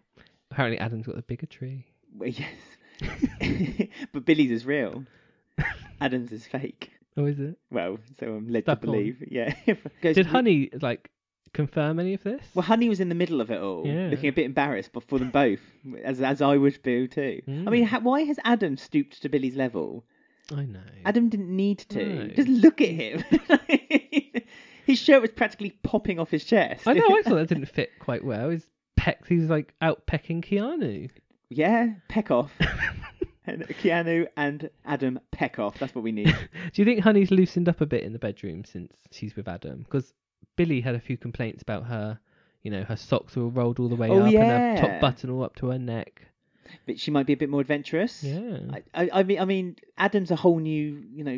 A: Apparently, Adam's got the bigger tree.
B: Well, yes. but Billy's is real. Adam's is fake.
A: Oh, is it?
B: Well, so I'm led
A: Stuck
B: to
A: on.
B: believe. Yeah.
A: Did Honey like confirm any of this?
B: Well, Honey was in the middle of it all,
A: Yeah.
B: looking a bit embarrassed before them both, as as I would feel too.
A: Mm.
B: I mean, ha- why has Adam stooped to Billy's level?
A: Hmm. I know.
B: Adam didn't need to.
A: No.
B: Just look at him. his shirt was practically popping off his chest.
A: I know. I thought that didn't fit quite well. His pecs. He was like out pecking Keanu.
B: Yeah, peck off. and Keanu and Adam peck off. That's what we need.
A: Do you think Honey's loosened up a bit in the bedroom since she's with Adam? Because Billy had a few complaints about her. You know, her socks were all rolled all the way
B: Oh,
A: up and
B: yeah.
A: her top button all up to her neck.
B: but she might be a bit more adventurous.
A: Yeah.
B: I, I, I mean, I mean, Adam's a whole new, you know,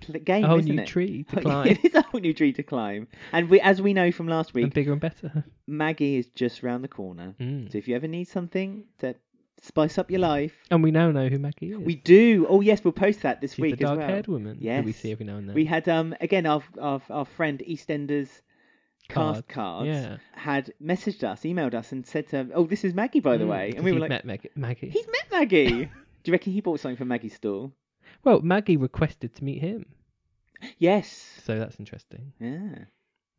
B: pl- game,
A: a whole
B: isn't
A: new
B: it?
A: tree to climb.
B: it is a whole new tree to climb. And we, as we know from last
A: and
B: week,
A: bigger and better.
B: Maggie is just round the corner.
A: Mm.
B: So if you ever need something to spice up your life,
A: And we now know who Maggie is.
B: we do. Oh yes, we'll post that this
A: She's
B: week
A: the
B: as well.
A: dark-haired woman who we
B: Yes.
A: see every now and then.
B: We had um again our our our friend EastEnders cast cards
A: Yeah.
B: had messaged us, emailed us, and said to "Oh, this is Maggie, by the
A: Mm,
B: way," and
A: because
B: we were
A: he'd
B: like,
A: met Maggie. Maggie.
B: "He's met Maggie." Do you reckon he bought something from Maggie's store?
A: Well, Maggie requested to meet him,
B: Yes.
A: so that's interesting.
B: Yeah.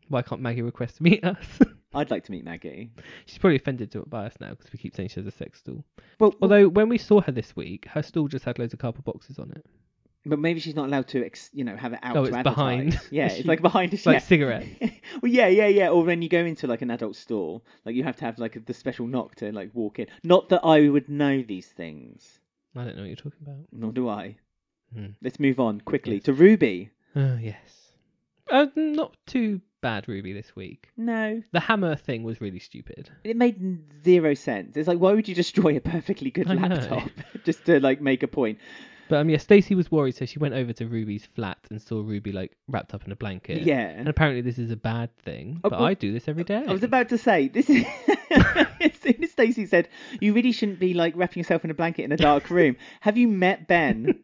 A: Why can't Maggie request to meet us?
B: I'd like to meet Maggie.
A: She's probably offended to- by us now because we keep saying she has a sex stool.
B: Well,
A: Although when we saw her this week, her stool just had loads of cardboard boxes on it,
B: but maybe she's not allowed to, ex- you know, have it out.
A: Oh,
B: to
A: it's
B: advertise.
A: behind.
B: Yeah,
A: She-
B: it's like behind a
A: It's like
B: yeah.
A: cigarettes.
B: well, yeah, yeah, yeah. Or when you go into like an adult store, like you have to have like the special knock to like walk in. Not that I would know these things,
A: I don't know what you're talking about.
B: nor do I.
A: Hmm.
B: Let's move on quickly
A: Yes.
B: to Ruby.
A: Oh yes, uh, not too bad, Ruby this week.
B: No,
A: The hammer thing was really stupid.
B: it made n- zero sense. It's like why would you destroy a perfectly good
A: I know.
B: laptop just to like make a point?
A: But um, yeah, Stacey was worried, so she went over to Ruby's flat and saw Ruby like wrapped up in a blanket.
B: Yeah.
A: And apparently this is a bad thing,
B: Oh,
A: but
B: well,
A: I do this every day.
B: I was about to say this is. as soon as Stacey said, "You really shouldn't be like wrapping yourself in a blanket in a dark room." Have you met Ben?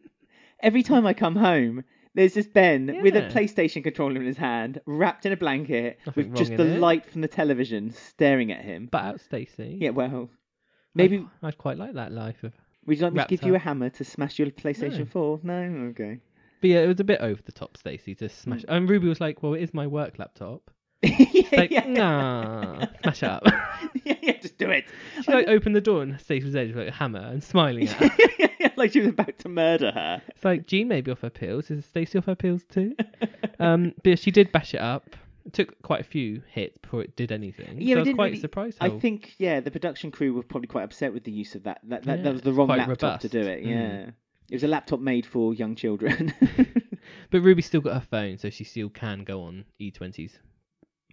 B: Every time I come home, there's just Ben with a
A: Yeah.
B: PlayStation controller in his hand, wrapped in a blanket,
A: Nothing
B: with just
A: wrong
B: the
A: in it.
B: light from the television staring at him.
A: But out Stacey.
B: Yeah, well, maybe
A: I'd, I'd quite like that life of.
B: would you like me to
A: wrapped
B: give you a
A: up.
B: hammer to smash your PlayStation
A: No.
B: Four? No, okay.
A: But yeah, it was a bit over the top, Stacey, to
B: Mm.
A: smash. And Ruby was like, "Well, it is my work laptop."
B: yeah,
A: Like,
B: yeah.
A: nah, smash it up.
B: yeah, yeah, just do it.
A: she like opened the door and Stacey was there with like a hammer and smiling at her.
B: like she was about to murder her.
A: It's like Jean may be off her pills. Is Stacey off her pills too? um, but yeah, she did bash it up. It took quite a few hits before it did anything. so
B: Yeah, we
A: I was
B: didn't
A: quite
B: really-
A: surprised.
B: I
A: how-
B: think yeah, the production crew were probably quite upset with the use of that. That that,
A: Yeah,
B: that was the wrong
A: quite
B: laptop to do
A: robust.
B: it.
A: Mm.
B: Yeah, it was a laptop made for young children.
A: But Ruby's still got her phone, so she still can go on E20's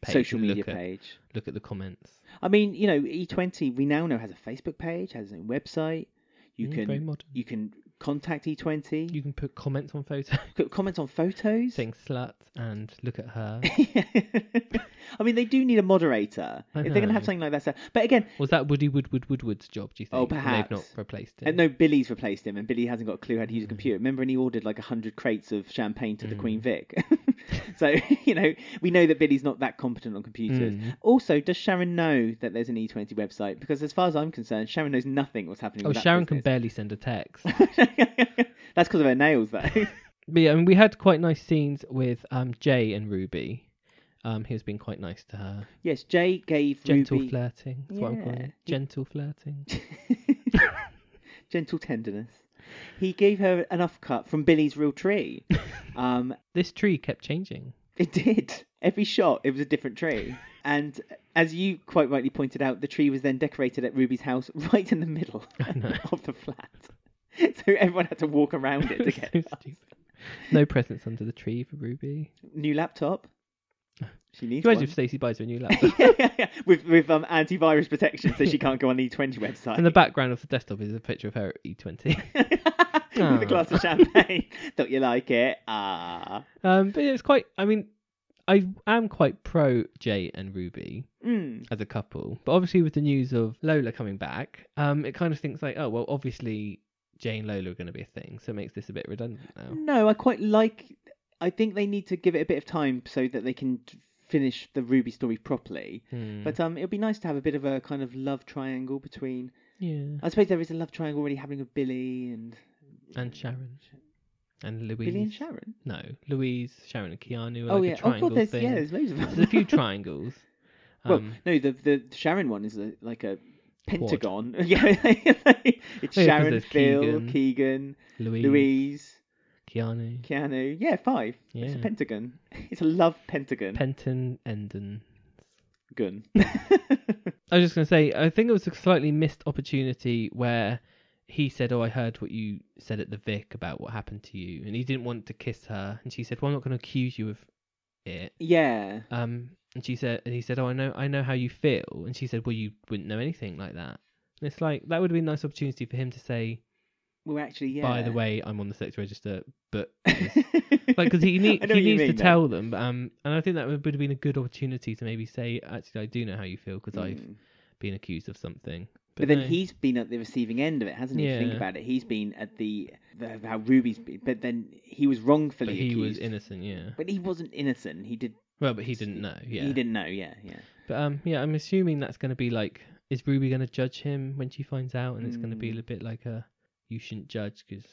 A: page
B: Social
A: and
B: media
A: look at,
B: page.
A: Look at the comments.
B: I mean, E you know, E20 we now know has a Facebook page, has a website. You
A: Mm,
B: can
A: very modern.
B: you can contact E E20.
A: You can put comments on photos,
B: could comment on photos.
A: saying slut and look at her.
B: I mean, they do need a moderator
A: I
B: if they're going to have
A: know.
B: something like that. set- But again,
A: Was that Woody Woodward Woodward's job? Do you think?
B: Oh,
A: And they've
B: perhaps.
A: not replaced
B: and
A: it.
B: Uh, no, Billy's replaced him, and Billy hasn't got a clue how to use a
A: Mm.
B: computer. Remember, and he ordered like hundred crates of champagne to the Queen Vic. so you know, we know that Billy's not that competent on computers.
A: Mm.
B: Also, does Sharon know that there's an E20 website? Because as far as I'm concerned, Sharon knows nothing what's happening.
A: oh,
B: with that
A: Sharon can
B: business.
A: barely send a text.
B: That's because of her nails, though.
A: But yeah, I mean, we had quite nice scenes with um, Jay and Ruby. Um, he was being quite nice to her.
B: yes, Jay gave
A: Gentle
B: Ruby
A: flirting. That's what I'm calling
B: Yeah.
A: it. Gentle flirting.
B: gentle tenderness. He gave her an upcut from Billy's real tree. Um,
A: this tree kept changing.
B: It did. Every shot, it was a different tree. And as you quite rightly pointed out, the tree was then decorated at Ruby's house right in the middle
A: know.
B: of the flat. So everyone had to walk around it to
A: It was
B: get
A: so stupid. No presents under the tree for Ruby.
B: new laptop. She needs
A: Imagine
B: one.
A: if Stacey buys her a new laptop.
B: with with um, antivirus protection, so she can't go on the E20 website.
A: and the background of the desktop is a picture of her at E E20.
B: with a
A: Oh.
B: glass of champagne. Don't you like it? Ah.
A: um, but it's quite. I mean, I am quite pro Jay and Ruby
B: Mm.
A: as a couple, but obviously with the news of Lola coming back, um, it kind of thinks like, oh well, obviously Jay and Lola are going to be a thing, so it makes this a bit redundant now.
B: No, I quite like. I think they need to give it a bit of time so that they can t- finish the Ruby story properly.
A: Hmm,
B: But um, it'd be nice to have a bit of a kind of love triangle between.
A: yeah,
B: I suppose there is a love triangle already happening with Billy and
A: and Sharon and Louise.
B: Billy uh, and Sharon.
A: No, Louise, Sharon, and Keanu. Are
B: oh
A: like
B: yeah,
A: a
B: oh
A: triangle
B: god, there's
A: thing.
B: yeah, there's loads of them.
A: There's a few triangles.
B: well,
A: Um,
B: no, the the Sharon one is a, like a pentagon. yeah, it's Sharon,
A: Oh, there's
B: Phil,
A: Keegan.
B: Keegan,
A: Louise,
B: Louise,
A: Keanu,
B: Keanu. Yeah, five. It's a
A: Yeah.
B: pentagon. It's a love pentagon.
A: Penton, Endon.
B: Gun.
A: I was just going to say, I think it was a slightly missed opportunity where he said, Oh, I heard what you said at the Vic about what happened to you. And he didn't want to kiss her. And she said, Well, I'm not going to accuse you of it.
B: yeah.
A: Um, and she said, and he said, "Oh, I know, I know how you feel." And she said, "Well, you wouldn't know anything like that." And it's like that would have been a nice opportunity for him to say,
B: Well, actually, yeah.
A: "By the way, I'm on the sex register," but
B: like
A: like because he, need, he
B: I know what you
A: needs to
B: mean, though.
A: tell them um and i think that would would have been a good opportunity to maybe say actually i do know how you feel because i've
B: Hmm.
A: been accused of something
B: Mm. But then
A: no.
B: he's been at the receiving end of it, hasn't he? If you Think
A: Yeah.
B: about it. He's been at the, the how Ruby's been, but then he was wrongfully
A: but he
B: accused.
A: was innocent yeah
B: But he wasn't innocent. He did.
A: well but he didn't know yeah
B: He didn't know. Yeah, yeah.
A: but um yeah i'm assuming that's going to be like is ruby going to judge him when she finds out and it's going to be
B: Hmm.
A: a bit like a you shouldn't judge because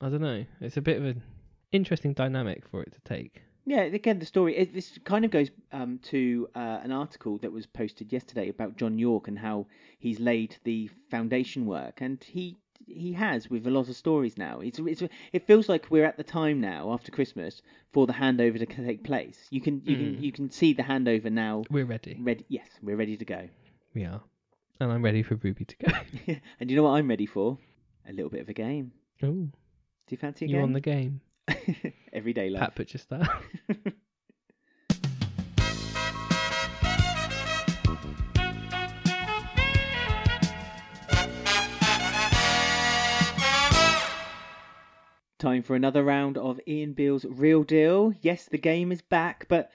A: i don't know it's a bit of an interesting dynamic for it to take
B: Yeah, again, the story. It, this kind of goes um, to uh, an article that was posted yesterday about John York and how he's laid the foundation work, and he he has with a lot of stories now. It's, it's it feels like we're at the time now after Christmas for the handover to take place. You can you
A: Hmm.
B: can you can see the handover now.
A: we're ready
B: Ready? Yes, we're ready to go.
A: we are and i'm ready for ruby to go
B: and you know what I'm ready for? A little bit of a game.
A: oh
B: Do you fancy a
A: you on
B: game?
A: the game
B: Everyday life.
A: pat butcher style
B: Time for another round of Ian Beale's Real Deal. Yes, the game is back, but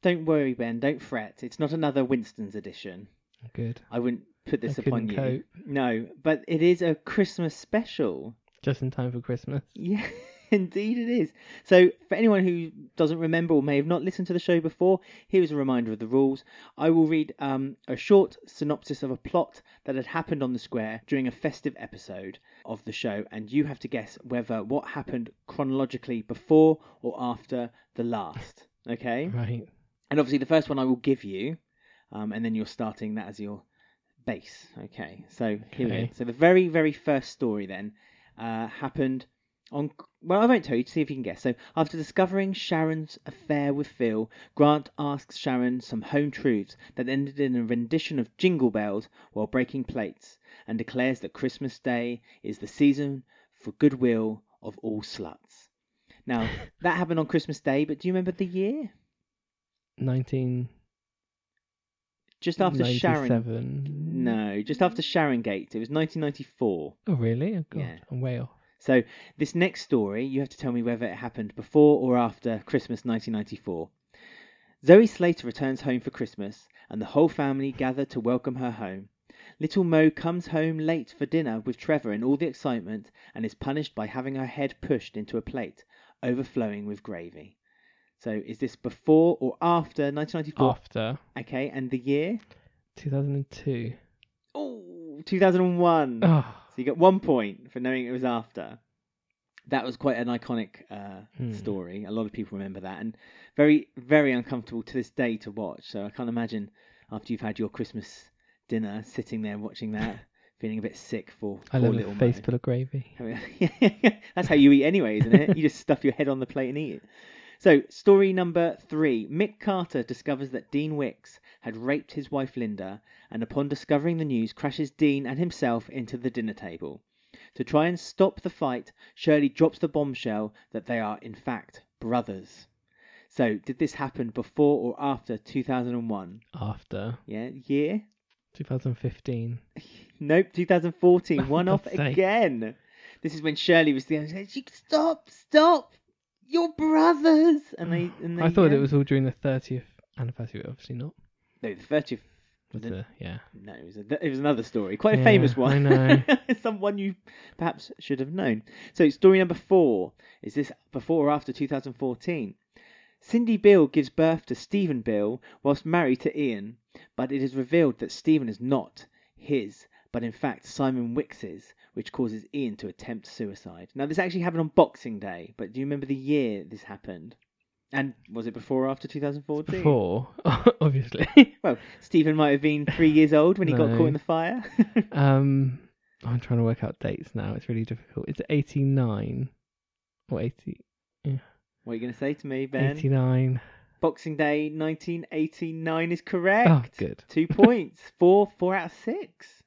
B: don't worry, Ben. Don't fret. It's not another Winston's edition.
A: good
B: I wouldn't put this
A: I
B: upon you.
A: couldn't cope.
B: No, but it is a Christmas special.
A: just in time for christmas
B: Yeah, indeed it is. So, for anyone who doesn't remember or may have not listened to the show before, here is a reminder of the rules. I will read um, a short synopsis of a plot that had happened on the square during a festive episode of the show, and you have to guess whether what happened chronologically before or after the last. Okay?
A: right
B: And obviously, the first one I will give you, um, and then you're starting that as your base. Okay, so here we
A: Okay.
B: go. So the very, very first story then uh, happened on. Well, I won't tell you. See if you can guess. So after discovering Sharon's affair with Phil, Grant asks Sharon some home truths that ended in a rendition of Jingle Bells while breaking plates, and declares that Christmas Day is the season for goodwill of all sluts. Now that happened on Christmas Day, but do you remember the year?
A: 19
B: Just after Sharon.
A: 97.
B: No, just after Sharon Gate. It was 1994.
A: Oh, really? Oh, God.
B: Yeah.
A: I'm way off.
B: So this next story, you have to tell me whether it happened before or after Christmas 1994. Zoe Slater returns home for Christmas, and the whole family gather to welcome her home. Little Mo comes home late for dinner with Trevor in all the excitement and is punished by having her head pushed into a plate, overflowing with gravy. So is this before or after 1994?
A: After
B: Okay, and the year?
A: 2002.
B: Oh, 2001.
A: Oh,
B: So you got one point for knowing it was after. That was quite an iconic uh,
A: Hmm.
B: story. A lot of people remember that, and very, very uncomfortable to this day to watch. So I can't imagine after you've had your Christmas dinner, sitting there watching that, feeling a bit sick for
A: I
B: poor
A: love
B: little
A: a face
B: Mo.
A: full of gravy.
B: I mean, That's how you eat anyway, isn't it? You just stuff your head on the plate and eat it. So, story number three Mick Carter discovers that Dean Wicks had raped his wife Linda, and upon discovering the news, crashes Dean and himself into the dinner table. To try and stop the fight, Shirley drops the bombshell that they are, in fact, brothers. So, did this happen before or after 2001?
A: After
B: Yeah, year?
A: 2015.
B: Nope, 2014. One off
A: God's sake.
B: again. This is when Shirley was the only one. She stop, stop. Your brothers, and they. And they
A: I thought
B: yeah.
A: it was all during the 30th anniversary. but Obviously not.
B: no the thirtieth.
A: But
B: The-
A: uh, yeah.
B: No, it was, a, it was another story, quite a
A: Yeah,
B: famous one.
A: I know.
B: Someone you perhaps should have known. So, story number four is this before or after 2014? Cindy Bill gives birth to Stephen Bill whilst married to Ian, but it is revealed that Stephen is not his, but in fact Simon Wicks's, which causes Ian to attempt suicide. Now, this actually happened on Boxing Day, but do you remember the year this happened? And was it before or after 2014?
A: Before, obviously.
B: Well, Stephen might have been three years old when he got
A: No.
B: caught in the fire.
A: um, I'm trying to work out dates now. It's really difficult. It's 89 or 80,
B: What are you going to say to me, Ben?
A: 89.
B: Boxing Day 1989 is correct.
A: Oh, good.
B: Two points. Four, four out of six.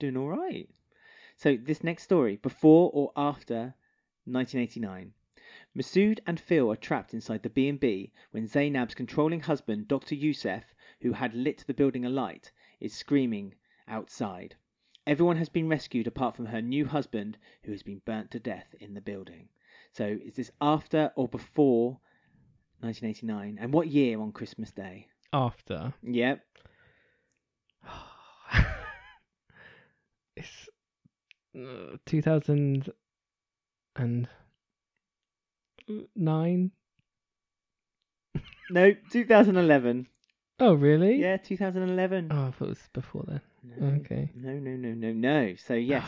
B: You're doing all right. So this next story, before or after 1989. Masood and Phil are trapped inside the B&B when Zainab's controlling husband, Dr. Youssef, who had lit the building alight, is screaming outside. Everyone has been rescued apart from her new husband, who has been burnt to death in the building. So is this after or before 1989? And what year on Christmas Day?
A: After.
B: Yep.
A: it's uh, 2009.
B: No, 2011.
A: Oh, really?
B: Yeah, 2011.
A: Oh, I thought it was before then.
B: No,
A: okay.
B: No, no, no, no, no. So yes,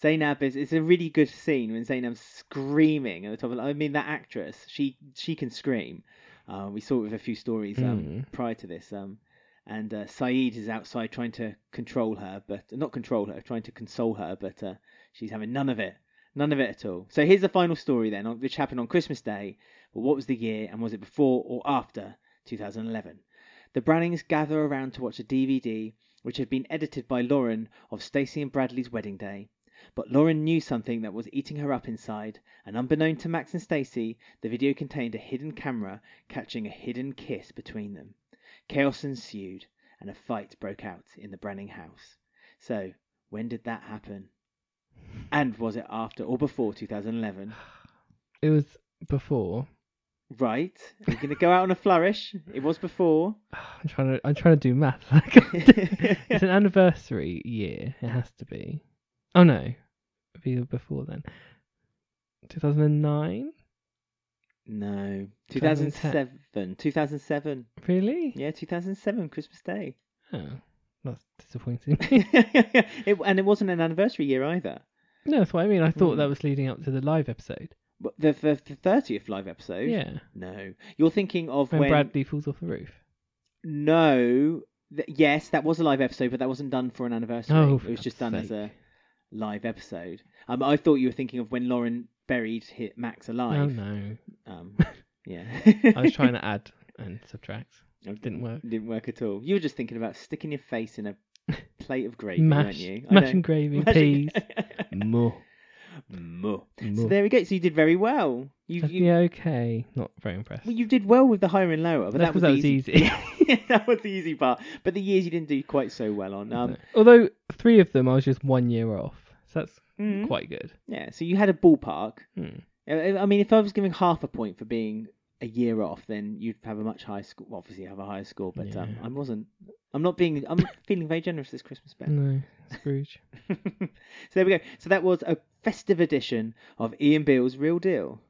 B: Zainab is. It's a really good scene when Zainab's screaming at the top of. I mean, that actress, she she can scream. Uh, we saw it with a few stories um,
A: Mm.
B: prior to this. Um, and uh, Saeed is outside trying to control her, but not control her, trying to console her, but uh, she's having none of it, none of it at all. So here's the final story then, on- which happened on Christmas Day. But what was the year, and was it before or after 2011? The Brannings gather around to watch a DVD which had been edited by Lauren of Stacy and Bradley's wedding day. But Lauren knew something that was eating her up inside, and unbeknown to Max and Stacy, the video contained a hidden camera catching a hidden kiss between them. Chaos ensued, and a fight broke out in the Branning house. So, when did that happen? And was it after or before 2011?
A: It was before.
B: Right. Are you going to go out on a flourish? It was before.
A: I'm trying to. I'm trying to do math. I can't do- it's an anniversary year. It has to be. Oh no, it'd be before then. 2009.
B: No.
A: 2010.
B: 2007. 2007.
A: Really?
B: Yeah, 2007, Christmas Day.
A: Oh, that's disappointing.
B: it, and it wasn't an anniversary year either.
A: no, that's what I mean. I thought
B: Hmm.
A: that was leading up to the live episode.
B: But The, the, the 30th live episode?
A: Yeah,
B: No. You're thinking of
A: when,
B: Oh, when.
A: Bradley falls off the roof.
B: No. Th- yes, that was a live episode, but that wasn't done for an anniversary.
A: Oh,
B: it
A: for
B: was just
A: God's
B: done as a
A: sake.
B: live episode. Um, I thought you were thinking of when Lauren buried hit Max
A: Oh
B: alive.
A: no,
B: Um, yeah.
A: I was trying to add and subtract. Didn't work.
B: Didn't work at all. You were just thinking about sticking your face in a plate of gravy, weren't
A: Mash,
B: you? I
A: mash
B: know.
A: and gravy,
B: Mash
A: peas.
B: and-
A: More.
B: Muh. So
A: Muh.
B: there we go. So you did very well. You, you,
A: Yeah, okay. Not very impressed.
B: well, you did well with the higher and lower, but
A: That's
B: that
A: 'cause
B: was,
A: that was
B: the
A: easy.
B: easy. that was the easy part. But the years you didn't do quite so well on. Um,
A: Although three of them, I was just one year off. So that's
B: Mm.
A: quite good.
B: Yeah, so you had a ballpark. Uh,
A: Hmm.
B: I I mean, if I was giving half a point for being a year off, then you'd have a much higher score. Well, obviously, you have a higher score, but um,
A: Yeah.
B: I wasn't. I'm not being. I'm feeling very generous this Christmas, Ben.
A: No, Scrooge.
B: so there we go. So that was a festive edition of Ian Beale's Real Deal.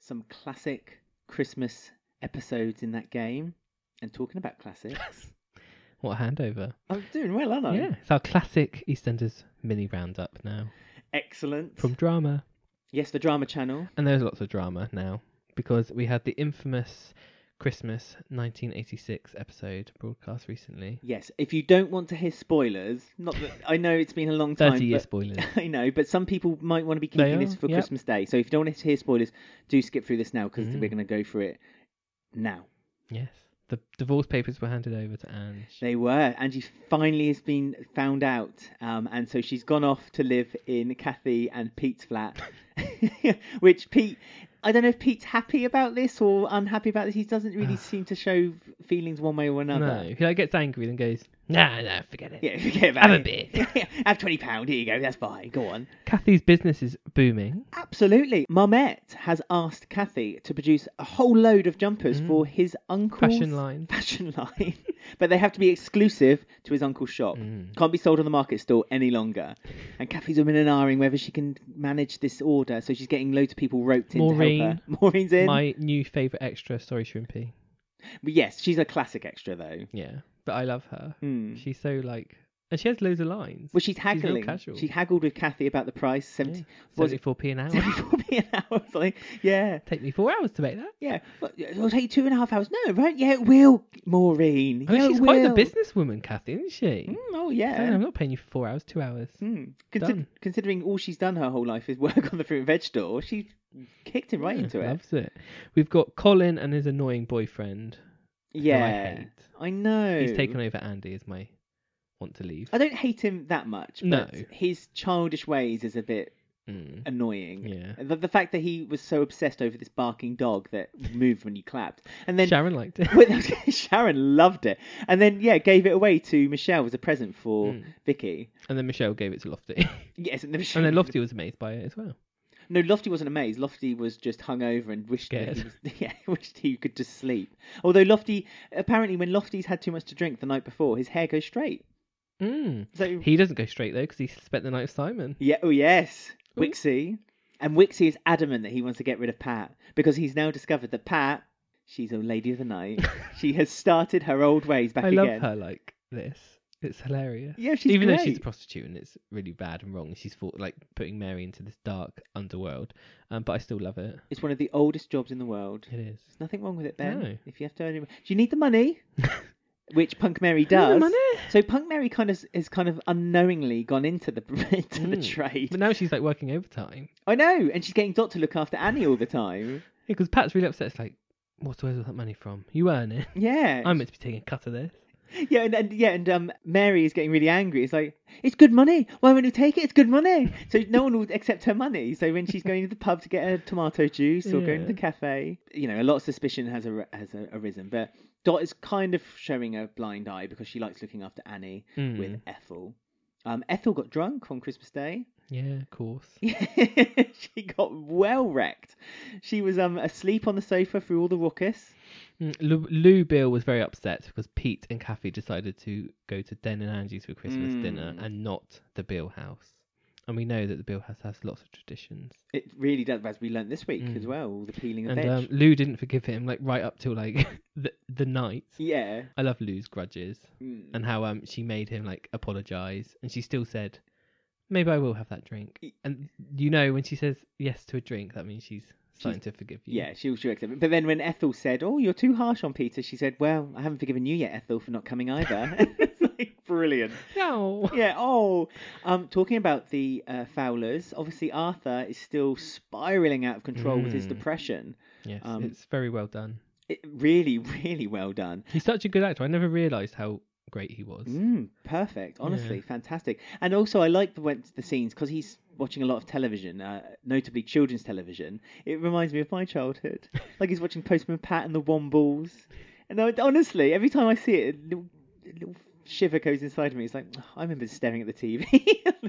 B: Some classic Christmas episodes in that game. And talking about classics,
A: What a handover.
B: I'm doing well, aren't I?
A: Yeah, it's our classic EastEnders mini roundup now
B: Excellent.
A: from drama.
B: Yes, the Drama Channel.
A: And there's lots of drama now because we had the infamous Christmas 1986 episode broadcast recently.
B: Yes, if you don't want to hear spoilers, not that I know it's been a long
A: 30
B: time.
A: year
B: but-
A: spoilers.
B: I know, but some people might want to be
A: They
B: keeping this
A: are,
B: for
A: yep.
B: Christmas Day. So if you don't want to hear spoilers, do skip through this now because
A: Mm.
B: we're going to go through it now.
A: yes. The divorce papers were handed over to Ange.
B: They were. Angie finally has been found out, um, and so she's gone off to live in Kathy and Pete's flat. Which Pete, I don't know if Pete's happy about this or unhappy about this. He doesn't really seem to show feelings one way or another.
A: No, he like, gets angry and goes, nah, nah, forget it.
B: Yeah, forget about
A: Have a
B: it.
A: beer.
B: Have twenty pound. Here you go. That's fine. Go on.
A: Kathy's business is booming.
B: Absolutely. Marmette has asked Kathy to produce a whole load of jumpers for his uncle's
A: Mm. Fashion line.
B: fashion line. but they have to be exclusive to his uncle's shop.
A: Mm. Hmm.
B: Can't be sold on the market stall any longer. And Kathy's women and ahhing whether she can manage this order. So she's getting loads of people roped in to help her. Maureen's in.
A: My new favourite extra, sorry, Shrimpy.
B: But yes, she's a classic extra though.
A: Yeah, but I love her.
B: Hmm.
A: She's so like, and she has loads of lines.
B: Well, she's
A: real
B: haggling.
A: casual.
B: she haggled with Kathy about the price. 70, was it
A: 74p an hour.
B: 74p an hour or something? Yeah.
A: Take me four hours to make that.
B: Yeah, but it'll take two and a half hours. No, right? Yeah, it will, Maureen.
A: I mean,
B: yeah, it
A: she's quite the
B: will.
A: businesswoman, Kathy, isn't she?
B: Mm, oh
A: Saying, I'm
B: yeah.
A: not paying you for four hours, two hours.
B: Mm. Consid-
A: Done.
B: Considering all she's done her whole life is work on the fruit and veg store, she kicked him right
A: Yeah,
B: into it.
A: Loves it. We've got Colin and his annoying boyfriend. who I
B: Yeah,
A: hate.
B: I know.
A: He's taken over Andy as my want to leave.
B: I don't hate him that much.
A: No.
B: but his childish ways is a bit
A: Mm.
B: annoying.
A: Yeah.
B: The, the fact that he was so obsessed over this barking dog that moved when you clapped, and then
A: Sharon liked it.
B: With- Sharon loved it, and then yeah, gave it away to Michelle as a present for
A: Mm.
B: Vicky.
A: and then Michelle gave it to Lofty.
B: Yes, and then,
A: and then Lofty was amazed by it as well.
B: No, Lofty wasn't amazed. Lofty was just hungover and wished that he
A: Scared.
B: was, yeah, wished he could just sleep. Although Lofty, apparently, when Lofty's had too much to drink the night before, his hair goes straight.
A: Mm.
B: So
A: He doesn't go straight though because he spent the night with Simon.
B: yeah, oh yes, Wixie, and Wixie is adamant that he wants to get rid of Pat because he's now discovered that Pat, she's a lady of the night. she has started her old ways back
A: I
B: again.
A: love her like this. It's hilarious.
B: Yeah, she's
A: Even
B: great.
A: though she's a prostitute and it's really bad and wrong, she's for, like putting Mary into this dark underworld. Um, but I still love it.
B: It's one of the oldest jobs in the world.
A: It is.
B: There's nothing wrong with it, Ben.
A: No.
B: If you have to earn your Do you need the money? Which Punk Mary
A: I need the
B: does.
A: money.
B: So Punk Mary kind of has kind of unknowingly gone into the into the
A: Mm. But
B: trade.
A: now she's like working overtime
B: I know, and she's getting Dot to look after Annie all the time.
A: because Pat's really upset. It's like, what's where's all that money from? You earn it.
B: Yeah,
A: I'm meant to be taking a cut of this.
B: yeah, and, and yeah, and um, Mary is getting really angry. It's like it's good money. Why won't you take it? It's good money. So no one will accept her money. So when she's going to the pub to get her tomato juice or going to the
A: Yeah.
B: cafe, you know, a lot of suspicion has ar- has ar- arisen. But Dot is kind of showing a blind eye because she likes looking after Annie with
A: Mm.
B: Ethel. Um, Ethel got drunk on Christmas Day.
A: Yeah, of course.
B: she got well wrecked. She was um asleep on the sofa through all the ruckus.
A: Mm, Lou, Lou Bill was very upset because Pete and Kathy decided to go to Den and Angie's for Christmas dinner
B: Mm.
A: and not the Bill House. And we know that the Bill House has lots of traditions.
B: It really does, as we learnt this week
A: Mm.
B: as well, all the peeling of
A: And
B: veg.
A: um, Lou didn't forgive him, like right up till like the the night.
B: yeah.
A: I love Lou's grudges
B: Mm.
A: and how um she made him like apologize, and she still said, "Maybe I will have that drink."
B: Y-
A: And you know, when she says yes to a drink, that means she's starting to forgive you.
B: Yeah, she was sure accepted. But then when Ethel said, "Oh, you're too harsh on Peter," she said, "Well, I haven't forgiven you yet, Ethel, for not coming either." It's like, Brilliant.
A: No.
B: Yeah. Oh, um, talking about the uh, Fowlers. Obviously, Arthur is still spiraling out of control with his
A: Mm.
B: depression.
A: Yes,
B: Um,
A: it's very well done.
B: It, really, really well done.
A: He's such a good actor. I never realized how great he was.
B: Mm, perfect. Honestly, fantastic. And also, I like the went the scenes because he's watching a lot of television, uh, notably children's television. It reminds me of my childhood. like he's watching Postman Pat and the Wombles. And I, honestly, every time I see it, it a little shiver goes inside of me. It's like "Oh, I remember staring at the TV,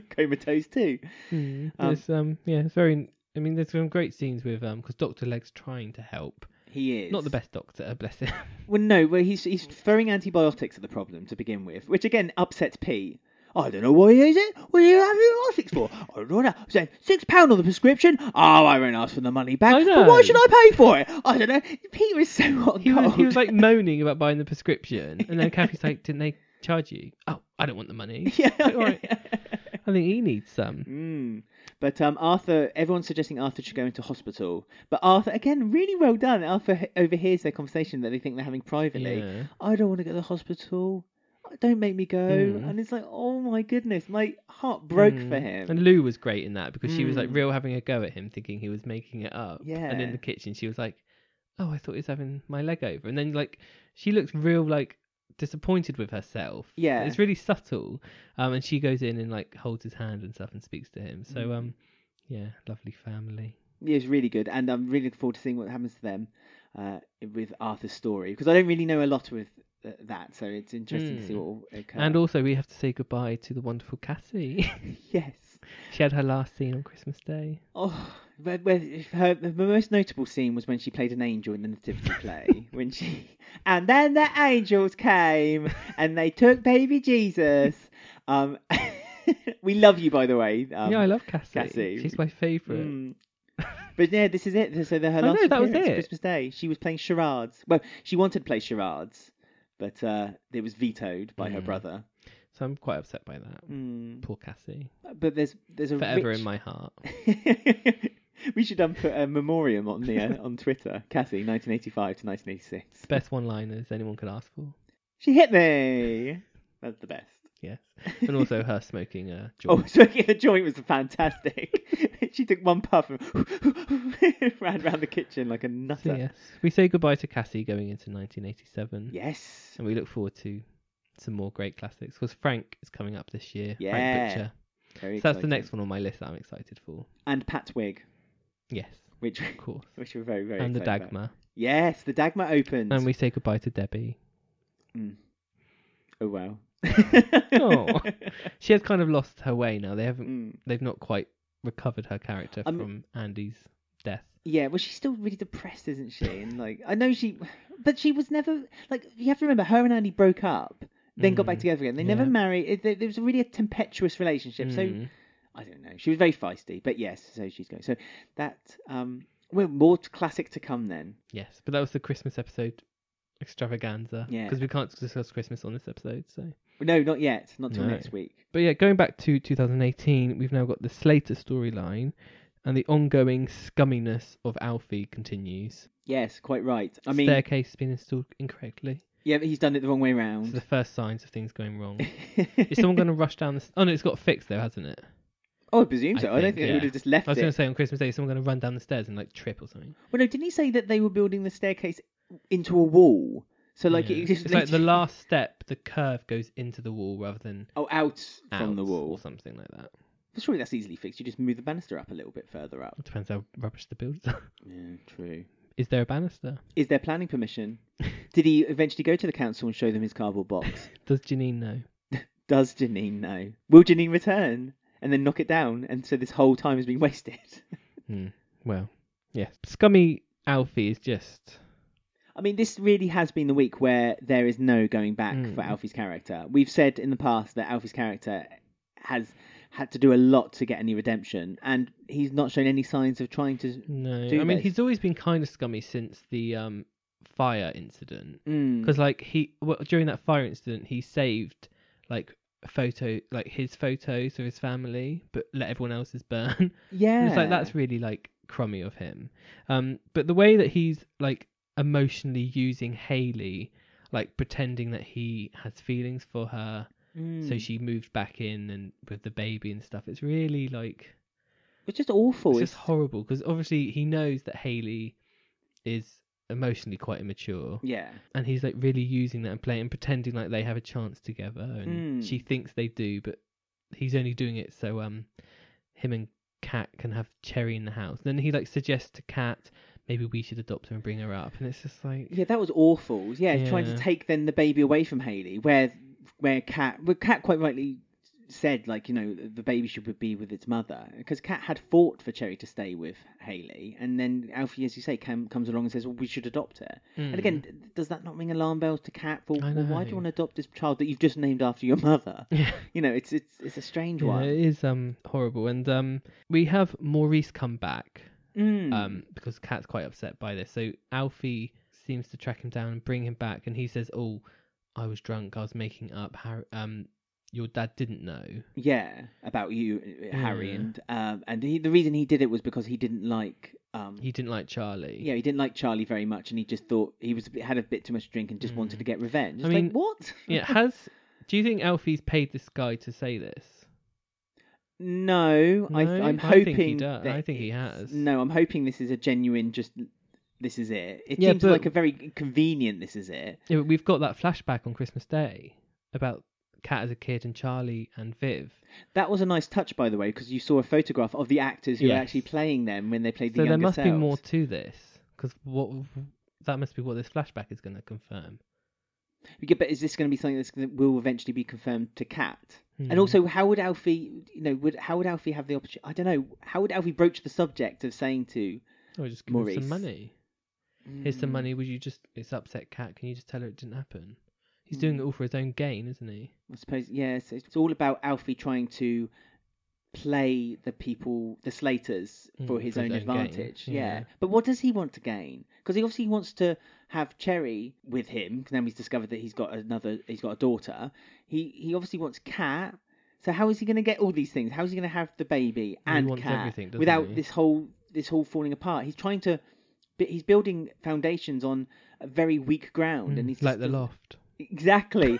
B: comatose too.
A: Mm,
B: Um,
A: it's, um, yeah, it's very. I mean, there's some great scenes with um, because Doctor Leg's trying to help.
B: He is
A: Not the best doctor, bless him.
B: Well, no, well he's he's throwing antibiotics at the problem to begin with, which again upsets P. I don't know why he is it. What are you having antibiotics for? I don't know. I'm saying six pound on the prescription. Oh, I won't ask for the money back.
A: I
B: But why
A: know.
B: should I pay for it? I don't know. Peter is so hot and
A: he
B: cold.
A: was, he was like moaning about buying the prescription, and then Kathy's like, "Didn't they charge you? Oh, I don't want the money.
B: yeah.
A: Like, all right, I think he needs some.
B: Mm. But um, Arthur, everyone's suggesting Arthur should go into hospital. But Arthur, again, really well done. Arthur h- overhears their conversation that they think they're having privately.
A: Yeah.
B: I don't want to go to the hospital. Don't make me go.
A: Mm.
B: And it's like, oh my goodness, my heart broke for
A: Mm.
B: him.
A: And Lou was great in that because she was like
B: Mm.
A: real having a go at him, thinking he was making it up. And
B: Yeah.
A: in the kitchen, she was like, "Oh, I thought he was having my leg over," and then like she looked real like disappointed with herself.
B: Yeah.
A: It's really subtle. Um, and she goes in and like holds his hand and stuff and speaks to him. So
B: Mm.
A: um, yeah, lovely family.
B: Yeah, it's really good, and I'm really looking forward to seeing what happens to them uh, with Arthur's story because I don't really know a lot with uh, that, so it's interesting to see
A: Mm.
B: what will occur.
A: And also, we have to say goodbye to the wonderful Cassie.
B: yes,
A: she had her last scene on Christmas Day.
B: oh, where, where her, the most notable scene was when she played an angel in the nativity play when she, and then the angels came and they took baby Jesus. Um, we love you, by the way. Um,
A: yeah, I love Cassie.
B: Cassie.
A: She's my favourite.
B: Mm. but yeah, this is it. So the, her
A: I
B: last
A: know, that was
B: appearance,
A: it.
B: Christmas Day, she was playing charades. Well, she wanted to play charades, but uh, it was vetoed by her
A: Mm.
B: brother.
A: So I'm quite upset by that.
B: Mm.
A: Poor Cassie.
B: But there's there's a
A: Forever
B: rich...
A: in my heart.
B: we should um, put a memoriam on the uh, on Twitter. Cassie, 1985 to 1986.
A: Best one liners anyone could ask for.
B: She hit me. That's the best.
A: Yes. And also her smoking a
B: Oh,
A: joint.
B: smoking the joint was fantastic. she took one puff and ran round the kitchen like a
A: so
B: nutter.
A: yes. We say goodbye to Cassie going into 1987.
B: Yes.
A: And we look forward to some more great classics because Frank is coming up this year.
B: Yeah.
A: Frank Butcher. So
B: Very
A: that's the
B: exciting.
A: next one on my list that I'm excited for.
B: and Pat's wig,
A: Yes,
B: which
A: of course.
B: which we're very very
A: and the
B: excited about.
A: Dagmar.
B: Yes, the Dagmar opens.
A: And we say goodbye to Debbie.
B: Oh wow.
A: Oh. She has kind of lost her way now. They haven't.
B: Mm.
A: They've not quite recovered her character
B: Um,
A: from Andy's death.
B: Yeah, well, she's still really depressed, isn't she? And like, I know she, but she was never like. You have to remember, her and Andy broke up, then got back
A: Mm,
B: together again. They
A: yeah.
B: never married. It, there- there was really a tempestuous relationship. So
A: Mm.
B: I don't know. She was very feisty, but yes, so she's going. So that um, well, more t- classic to come then.
A: Yes, but that was the Christmas episode extravaganza.
B: Yeah.
A: Because we can't discuss Christmas on this episode, so.
B: No, not yet. Not till
A: No.
B: next week.
A: But yeah, going back to 2018, we've now got the Slater storyline, and the ongoing scumminess of Alfie continues.
B: Yes, quite right. I mean,
A: staircase has been installed incorrectly.
B: yeah, but he's done it the wrong way
A: So the
B: around.
A: first signs of things going wrong. Is someone going to rush down the? s- Oh no, it's got fixed though, hasn't it?
B: Oh, I presume
A: I
B: so. I don't
A: think,
B: think they
A: yeah.
B: would have just left
A: I was
B: it.
A: going to say on Christmas Day, is someone going to run down the stairs and like trip or something.
B: Well, no, didn't he say that they were building the staircase into a wall? So like
A: Yeah.
B: it just
A: it's like the
B: literally-
A: last step, the curve goes into the wall rather than
B: oh out from
A: out
B: the
A: or
B: wall.
A: something like that.
B: Well, surely that's easily fixed. You just move the banister up a little bit further up.
A: It depends how rubbish the build's. are.
B: Yeah, true.
A: is there a banister?
B: Is there planning permission? Did he eventually go to the council and show them his cardboard box?
A: Does Janine know?
B: Does Janine know? Will Janine return and then knock it down? And so this whole time has been wasted.
A: Hmm. Well, yes. Scummy Alfie is just
B: I mean, this really has been the week where there is no going back
A: Mm.
B: for Alfie's character. We've said in the past that Alfie's character has had to do a lot to get any redemption, and he's not shown any signs of trying to.
A: no.
B: do
A: I mean,
B: they?
A: he's always been kind of scummy since the um fire incident.
B: Mm.
A: because like he well, during that fire incident he saved like photo like his photos of his family but let everyone else's burn
B: Yeah,
A: And it's like that's really like crummy of him um but the way that he's like emotionally using haley like pretending that he has feelings for her so
B: Mm.
A: she moved back in and with the baby and stuff it's really like
B: It's just awful.
A: it's
B: Oh, It's-
A: just horrible because obviously he knows that haley is emotionally quite immature
B: Yeah,
A: and he's like really using that and playing and pretending like they have a chance together and
B: Mm.
A: she thinks they do but he's only doing it so um him and cat can have cherry in the house and then he like suggests to cat maybe we should adopt her and bring her up and it's just like
B: yeah, that was awful. Yeah, trying to
A: Yeah.
B: take then the baby away from Haley, where where Cat, well, Cat quite rightly said, like, you know, the baby should be with its mother. Because Cat had fought for Cherry to stay with Haley. And then Alfie, as you say, came, comes along and says, well, we should adopt her. And
A: hmm.
B: again, d- does that not ring alarm bells to Cat for,
A: I
B: well, why
A: know.
B: do you want to adopt this child that you've just named after your mother?
A: Yeah.
B: You know, it's it's it's a strange
A: Yeah,
B: one.
A: it is um horrible, and um we have Maurice come back
B: Mm.
A: um because Cat's quite upset by this. So Alfie seems to track him down and bring him back, and he says, "Oh, I was drunk. I was making up. Harry, um, your dad didn't know."
B: Yeah, about you, uh, Harry,
A: Yeah.
B: and um, and he, the reason he did it was because he didn't like um,
A: He didn't like Charlie.
B: yeah, he didn't like Charlie very much, and he just thought he was had a bit too much drink and just wanted to get revenge.
A: Mm. I
B: It's
A: mean-
B: like what?
A: Yeah. Has do you think Alfie's paid this guy to say this?
B: No, I,
A: No,
B: I'm
A: I think
B: hoping.
A: he does.
B: that
A: I think he
B: it's-
A: has.
B: No, I'm hoping this is a genuine. Just this is it. It
A: Yeah,
B: seems
A: but-
B: like a very convenient. This is it.
A: Yeah, but we've got that flashback on Christmas Day about Cat as a kid and Charlie and Viv.
B: That was a nice touch, by the way, because you saw a photograph of the actors who were
A: Yes.
B: actually playing them when they played the
A: so there
B: younger
A: must
B: selves.
A: be more to this because what that must be what this flashback is going to confirm.
B: Yeah, but is this going to be something that's gonna, will eventually be confirmed to Cat?
A: Hmm.
B: And also, how would Alfie, you know, would how would Alfie have the opportunity? I don't know. How would Alfie broach the subject of saying to?
A: Or just give him
B: Maurice.
A: some money. Here's some
B: Mm,
A: money. Would you just? It's upset cat. Can you just tell her it didn't happen? He's doing
B: Hmm.
A: it all for his own gain, isn't he?
B: I suppose yes. it's, it's all about Alfie trying to play the people, the Slaters,
A: Mm,
B: for his own,
A: gain,
B: advantage. Yeah.
A: yeah.
B: But what does he want to gain? Because he obviously wants to have Cherry with him. 'cause now he's discovered that he's got another. He's got a daughter. He he obviously wants Cat. So how is he going to get all these things? How is he going to have the baby and
A: wants
B: Cat
A: everything, doesn't
B: without
A: he?
B: this whole this whole falling apart? He's trying to. but He's building foundations on a very weak ground, and
A: Mm,
B: he's
A: like
B: just
A: the
B: doesn't-
A: loft.
B: Exactly.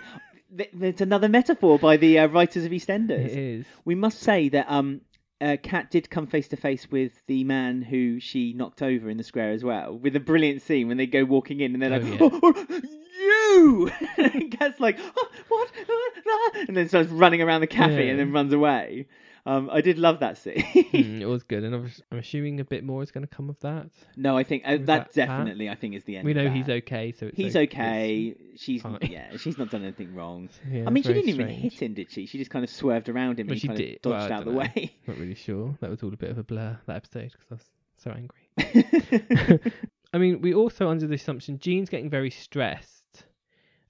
B: Th- It's another metaphor by the uh, writers of
A: It
B: EastEnders.
A: is.
B: We must say that um, uh, Kat did come face to face with the man who she knocked over in the square as well, with a brilliant scene when they go walking in and they're
A: Oh,
B: like,
A: yeah.
B: oh, oh, "You!" and Kat's like, "Oh, "What?" Ah, ah," and then starts running around the cafe
A: Yeah.
B: and then runs away. Um, I did love that scene.
A: Mm, it was good, and I'm, I'm assuming a bit more is going to come of that.
B: no, I think uh,
A: Was
B: that,
A: that Pat?
B: definitely, I think, is the end.
A: We
B: of
A: know
B: that.
A: he's okay, so it's
B: uh, He's
A: o-
B: okay. She's
A: fine.
B: yeah, she's not done anything wrong.
A: it's- yeah,
B: I mean,
A: it's
B: she
A: very
B: didn't even
A: strange.
B: hit him, did she? She just kind of swerved around him
A: Well,
B: and
A: she
B: he kind
A: did.
B: of dodged
A: Well, I
B: out of the
A: dunno.
B: way.
A: Not really sure. That was all a bit of a blur that episode because I was so angry. I mean, we also under the assumption Jean's getting very stressed,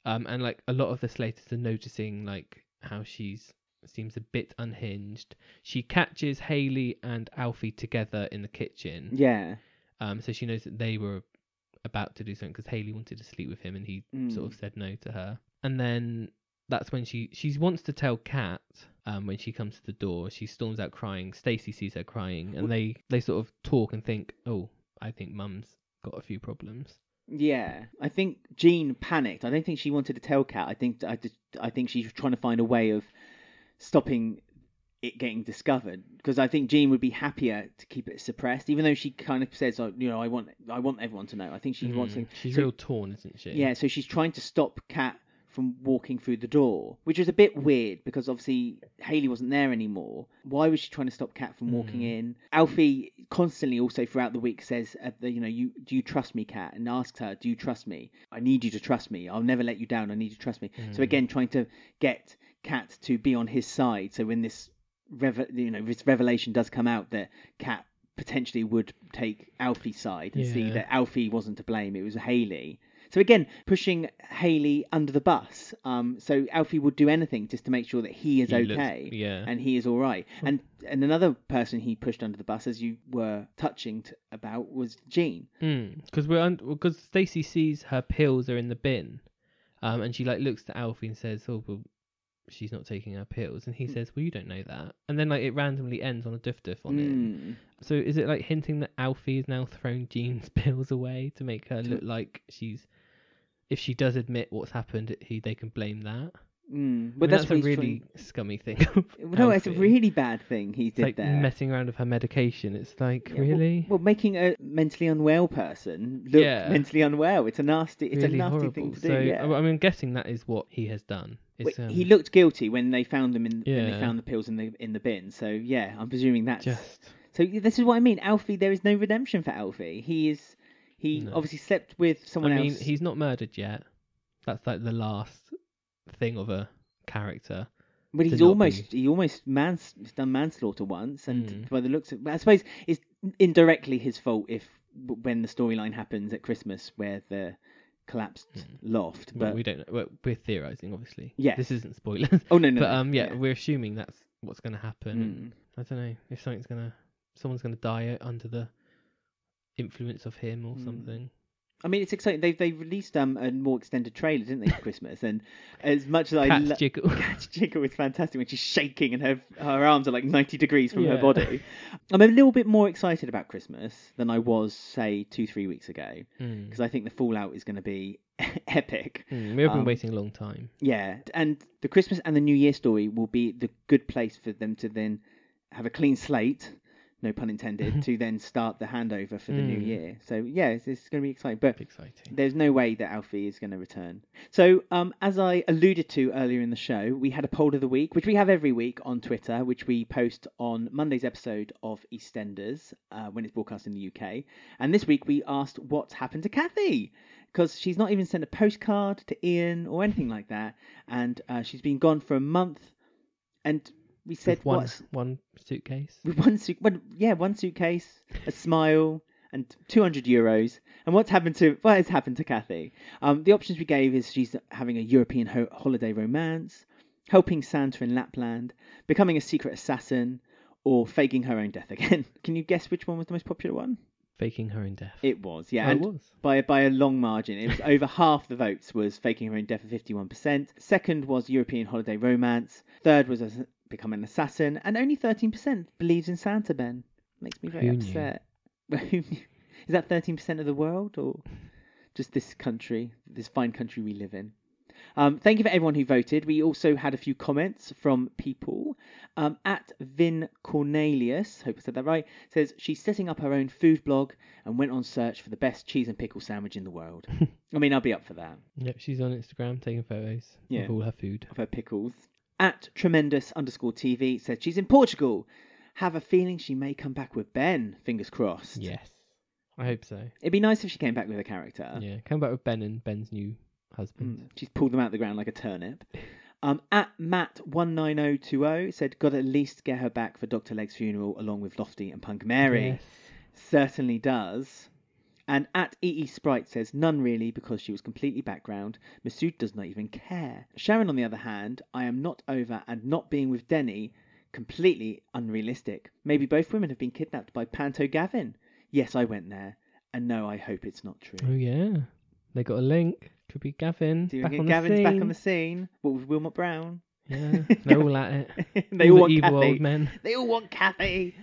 A: um, and like a lot of the Slaters are noticing like how she's seems a bit unhinged. She catches Haley and Alfie together in the kitchen,
B: yeah.
A: um, so she knows that they were about to do something because Haley wanted to sleep with him, and he
B: Mm.
A: sort
B: Hmm.
A: of said no to her. And then that's when she she wants to tell Kat. Um, when she comes to the door, she storms out crying. Stacy sees her crying, and they they sort of talk and think, "Oh, I think Mum's got a few problems."
B: Yeah. I think Jean panicked. I don't think she wanted to tell Cat. I think I, just, I think she was trying to find a way of stopping it getting discovered because I think Jean would be happier to keep it suppressed, even though she kind of says, like, you know, I want I want everyone to know. I think she wants
A: Mm,
B: to.
A: She's
B: so-
A: real torn, isn't she?
B: Yeah, so she's trying to stop Kat from walking through the door, which was a bit weird because obviously Haley wasn't there anymore. Why was she trying to stop Kat from walking in? Alfie constantly, also throughout the week, says, uh, that, "You know, you do you trust me, Kat?" and asks her, "Do you trust me? I need you to trust me. I'll never let you down. I need you to trust me." So again, trying to get Kat to be on his side. So when this, reve- you know, this revelation does come out that Kat potentially would take Alfie's side and see
A: Yeah.
B: that Alfie wasn't to blame; it was Haley. So again, pushing Haley under the bus. Um, so Alfie would do anything just to make sure that he is
A: He looks-
B: okay
A: yeah.
B: and he is all right. And and another person he pushed under the bus, as you were touching t- about, was Jean.
A: Because Hmm. we're un- because Stacy sees her pills are in the bin, um, and she like looks to Alfie and says, "Oh, well, she's not taking her pills," and he
B: Hmm.
A: says, "Well, you don't know that." And then like it randomly ends on a duff duff on it.
B: Mm.
A: So is it like hinting that Alfie has now thrown Jean's pills away to make her look like she's, if she does admit what's happened, he they can blame that.
B: Mm.
A: I mean,
B: But that's,
A: a
B: what he's
A: really scummy thing.
B: trying- no, it's a
A: Alfie.
B: really bad thing he
A: It's
B: did
A: like
B: there.
A: messing around with her medication. It's like
B: Yeah, well-
A: really.
B: Well, making a mentally unwell person look
A: Yeah.
B: mentally unwell. It's a nasty. It's
A: really
B: a nasty
A: horrible.
B: thing to do.
A: So
B: yeah.
A: I- I mean, I'm guessing that is what he has done. It's,
B: Wait,
A: um,
B: he looked guilty when they found them in when
A: Yeah.
B: they found the pills in the in the bin. So yeah, I'm presuming that's
A: just
B: So this is what I mean. Alfie, there is no redemption for Alfie. He is he
A: No.
B: obviously slept with
A: I
B: someone
A: mean,
B: else.
A: he's not murdered yet. That's like the last thing of a character.
B: But
A: to
B: he's
A: not
B: almost he almost mans he's done manslaughter once, and
A: Mm.
B: by the looks of, I suppose it's indirectly his fault if when the storyline happens at Christmas where the collapsed loft.
A: Hmm. Well,
B: But
A: we don't know. We're, we're theorizing, obviously.
B: Yeah.
A: This isn't spoilers.
B: oh no no,
A: but
B: no,
A: um, yeah, we're assuming that's what's going to happen.
B: Mm.
A: I don't know if something's going to, someone's going to die under the influence of him or
B: Mm.
A: something.
B: I mean it's exciting. They they released um a more extended trailer, didn't they, for Christmas? And as much as I
A: Cats
B: lo-
A: jiggle.
B: Cat's jiggle is fantastic when she's shaking and her her arms are like 90 degrees from
A: Yeah.
B: her body. I'm a little bit more excited about Christmas than I was say two three weeks ago
A: Mm.
B: because I think the fallout is going to be epic.
A: Mm, We've been
B: Um,
A: waiting a long time.
B: Yeah, and the Christmas and the New Year story will be the good place for them to then have a clean slate, no pun intended, to then start the handover for the New
A: Mm.
B: Year. So yeah, it's, it's going to be exciting, but
A: Exciting.
B: there's no way that Alfie is going to return. So um, as I alluded to earlier in the show, we had a poll of the week, which we have every week on Twitter, which we post on Monday's episode of EastEnders uh, when it's broadcast in the UK. And this week we asked what's happened to Kathy because she's not even sent a postcard to Ian or anything like that, and uh, she's been gone for a month. And we said
A: With one,
B: what's
A: one suitcase.
B: with one suit, one, yeah, one suitcase, a smile, and 200 euros. And what's happened to what has happened to Kathy? Um, the options we gave is she's having a European ho- holiday romance, helping Santa in Lapland, becoming a secret assassin, or faking her own death again. Can you guess which one was the most popular one?
A: Faking her own death.
B: It was,
A: Oh,
B: yeah,
A: it
B: and
A: was.
B: by by a long margin. It was over half the votes was faking her own death at 51%. Second was European holiday romance. Third was as- become an assassin, and only 13% believes in Santa Ben. Makes me very
A: Who knew?
B: upset. Well, who knew? Is that 13% of the world or just this country, this fine country we live in? Um, thank you for everyone who voted. We also had a few comments from people. Um, at Vin Cornelius, hope I said that right, says she's setting up her own food blog and went on search for the best cheese and pickle sandwich in the world. I mean, I'll be up for that.
A: Yep, she's on Instagram taking photos
B: Yeah.
A: of all her food.
B: Of her pickles. At tremendous underscore TV said she's in Portugal. Have a feeling she may come back with Ben. Fingers crossed.
A: Yes. I hope so.
B: It'd be nice if she came back with a character.
A: yeah. Come back with Ben and Ben's new husband.
B: Mm, She's pulled them out of the ground like a turnip. Um, at Matt19020 said, Got to at least get her back for Dr. Leg's funeral along with Lofty and Punk Mary.
A: Yes.
B: Certainly does. And at EE Sprite says, none really, because she was completely background. Masood does not even care. Sharon, on the other hand, I am not over and not being with Denny, completely unrealistic. Maybe both women have been kidnapped by Panto Gavin. Yes, I went there. And no, I hope it's not true.
A: Oh yeah. They got a link. Could be Gavin.
B: Do you
A: back
B: think
A: on
B: Gavin's
A: the scene.
B: back on the scene? What with Wilmot Brown?
A: Yeah. They're all at it. all the
B: they all, want
A: evil
B: Kathy.
A: old men.
B: They all want Kathy.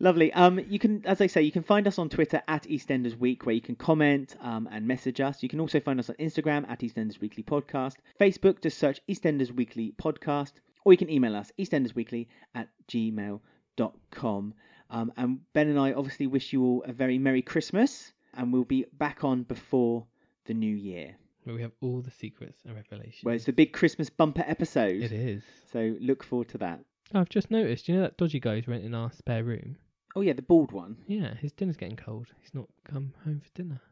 B: Lovely. Um, you can, as I say, you can find us on Twitter at EastEnders Week, where you can comment um, and message us. You can also find us on Instagram at EastEnders Weekly Podcast, Facebook, just search EastEnders Weekly Podcast, or you can email us EastEndersWeekly at gmail.com. Um, and Ben and I obviously wish you all a very Merry Christmas, and we'll be back on before the new year,
A: Where we have all the secrets and revelations.
B: where it's the big Christmas bumper episode.
A: It is.
B: So look forward to that.
A: Oh, I've just noticed, you know that dodgy guy's renting our spare room?
B: Oh, yeah, the bald one.
A: Yeah, his dinner's getting cold. He's not come home for dinner.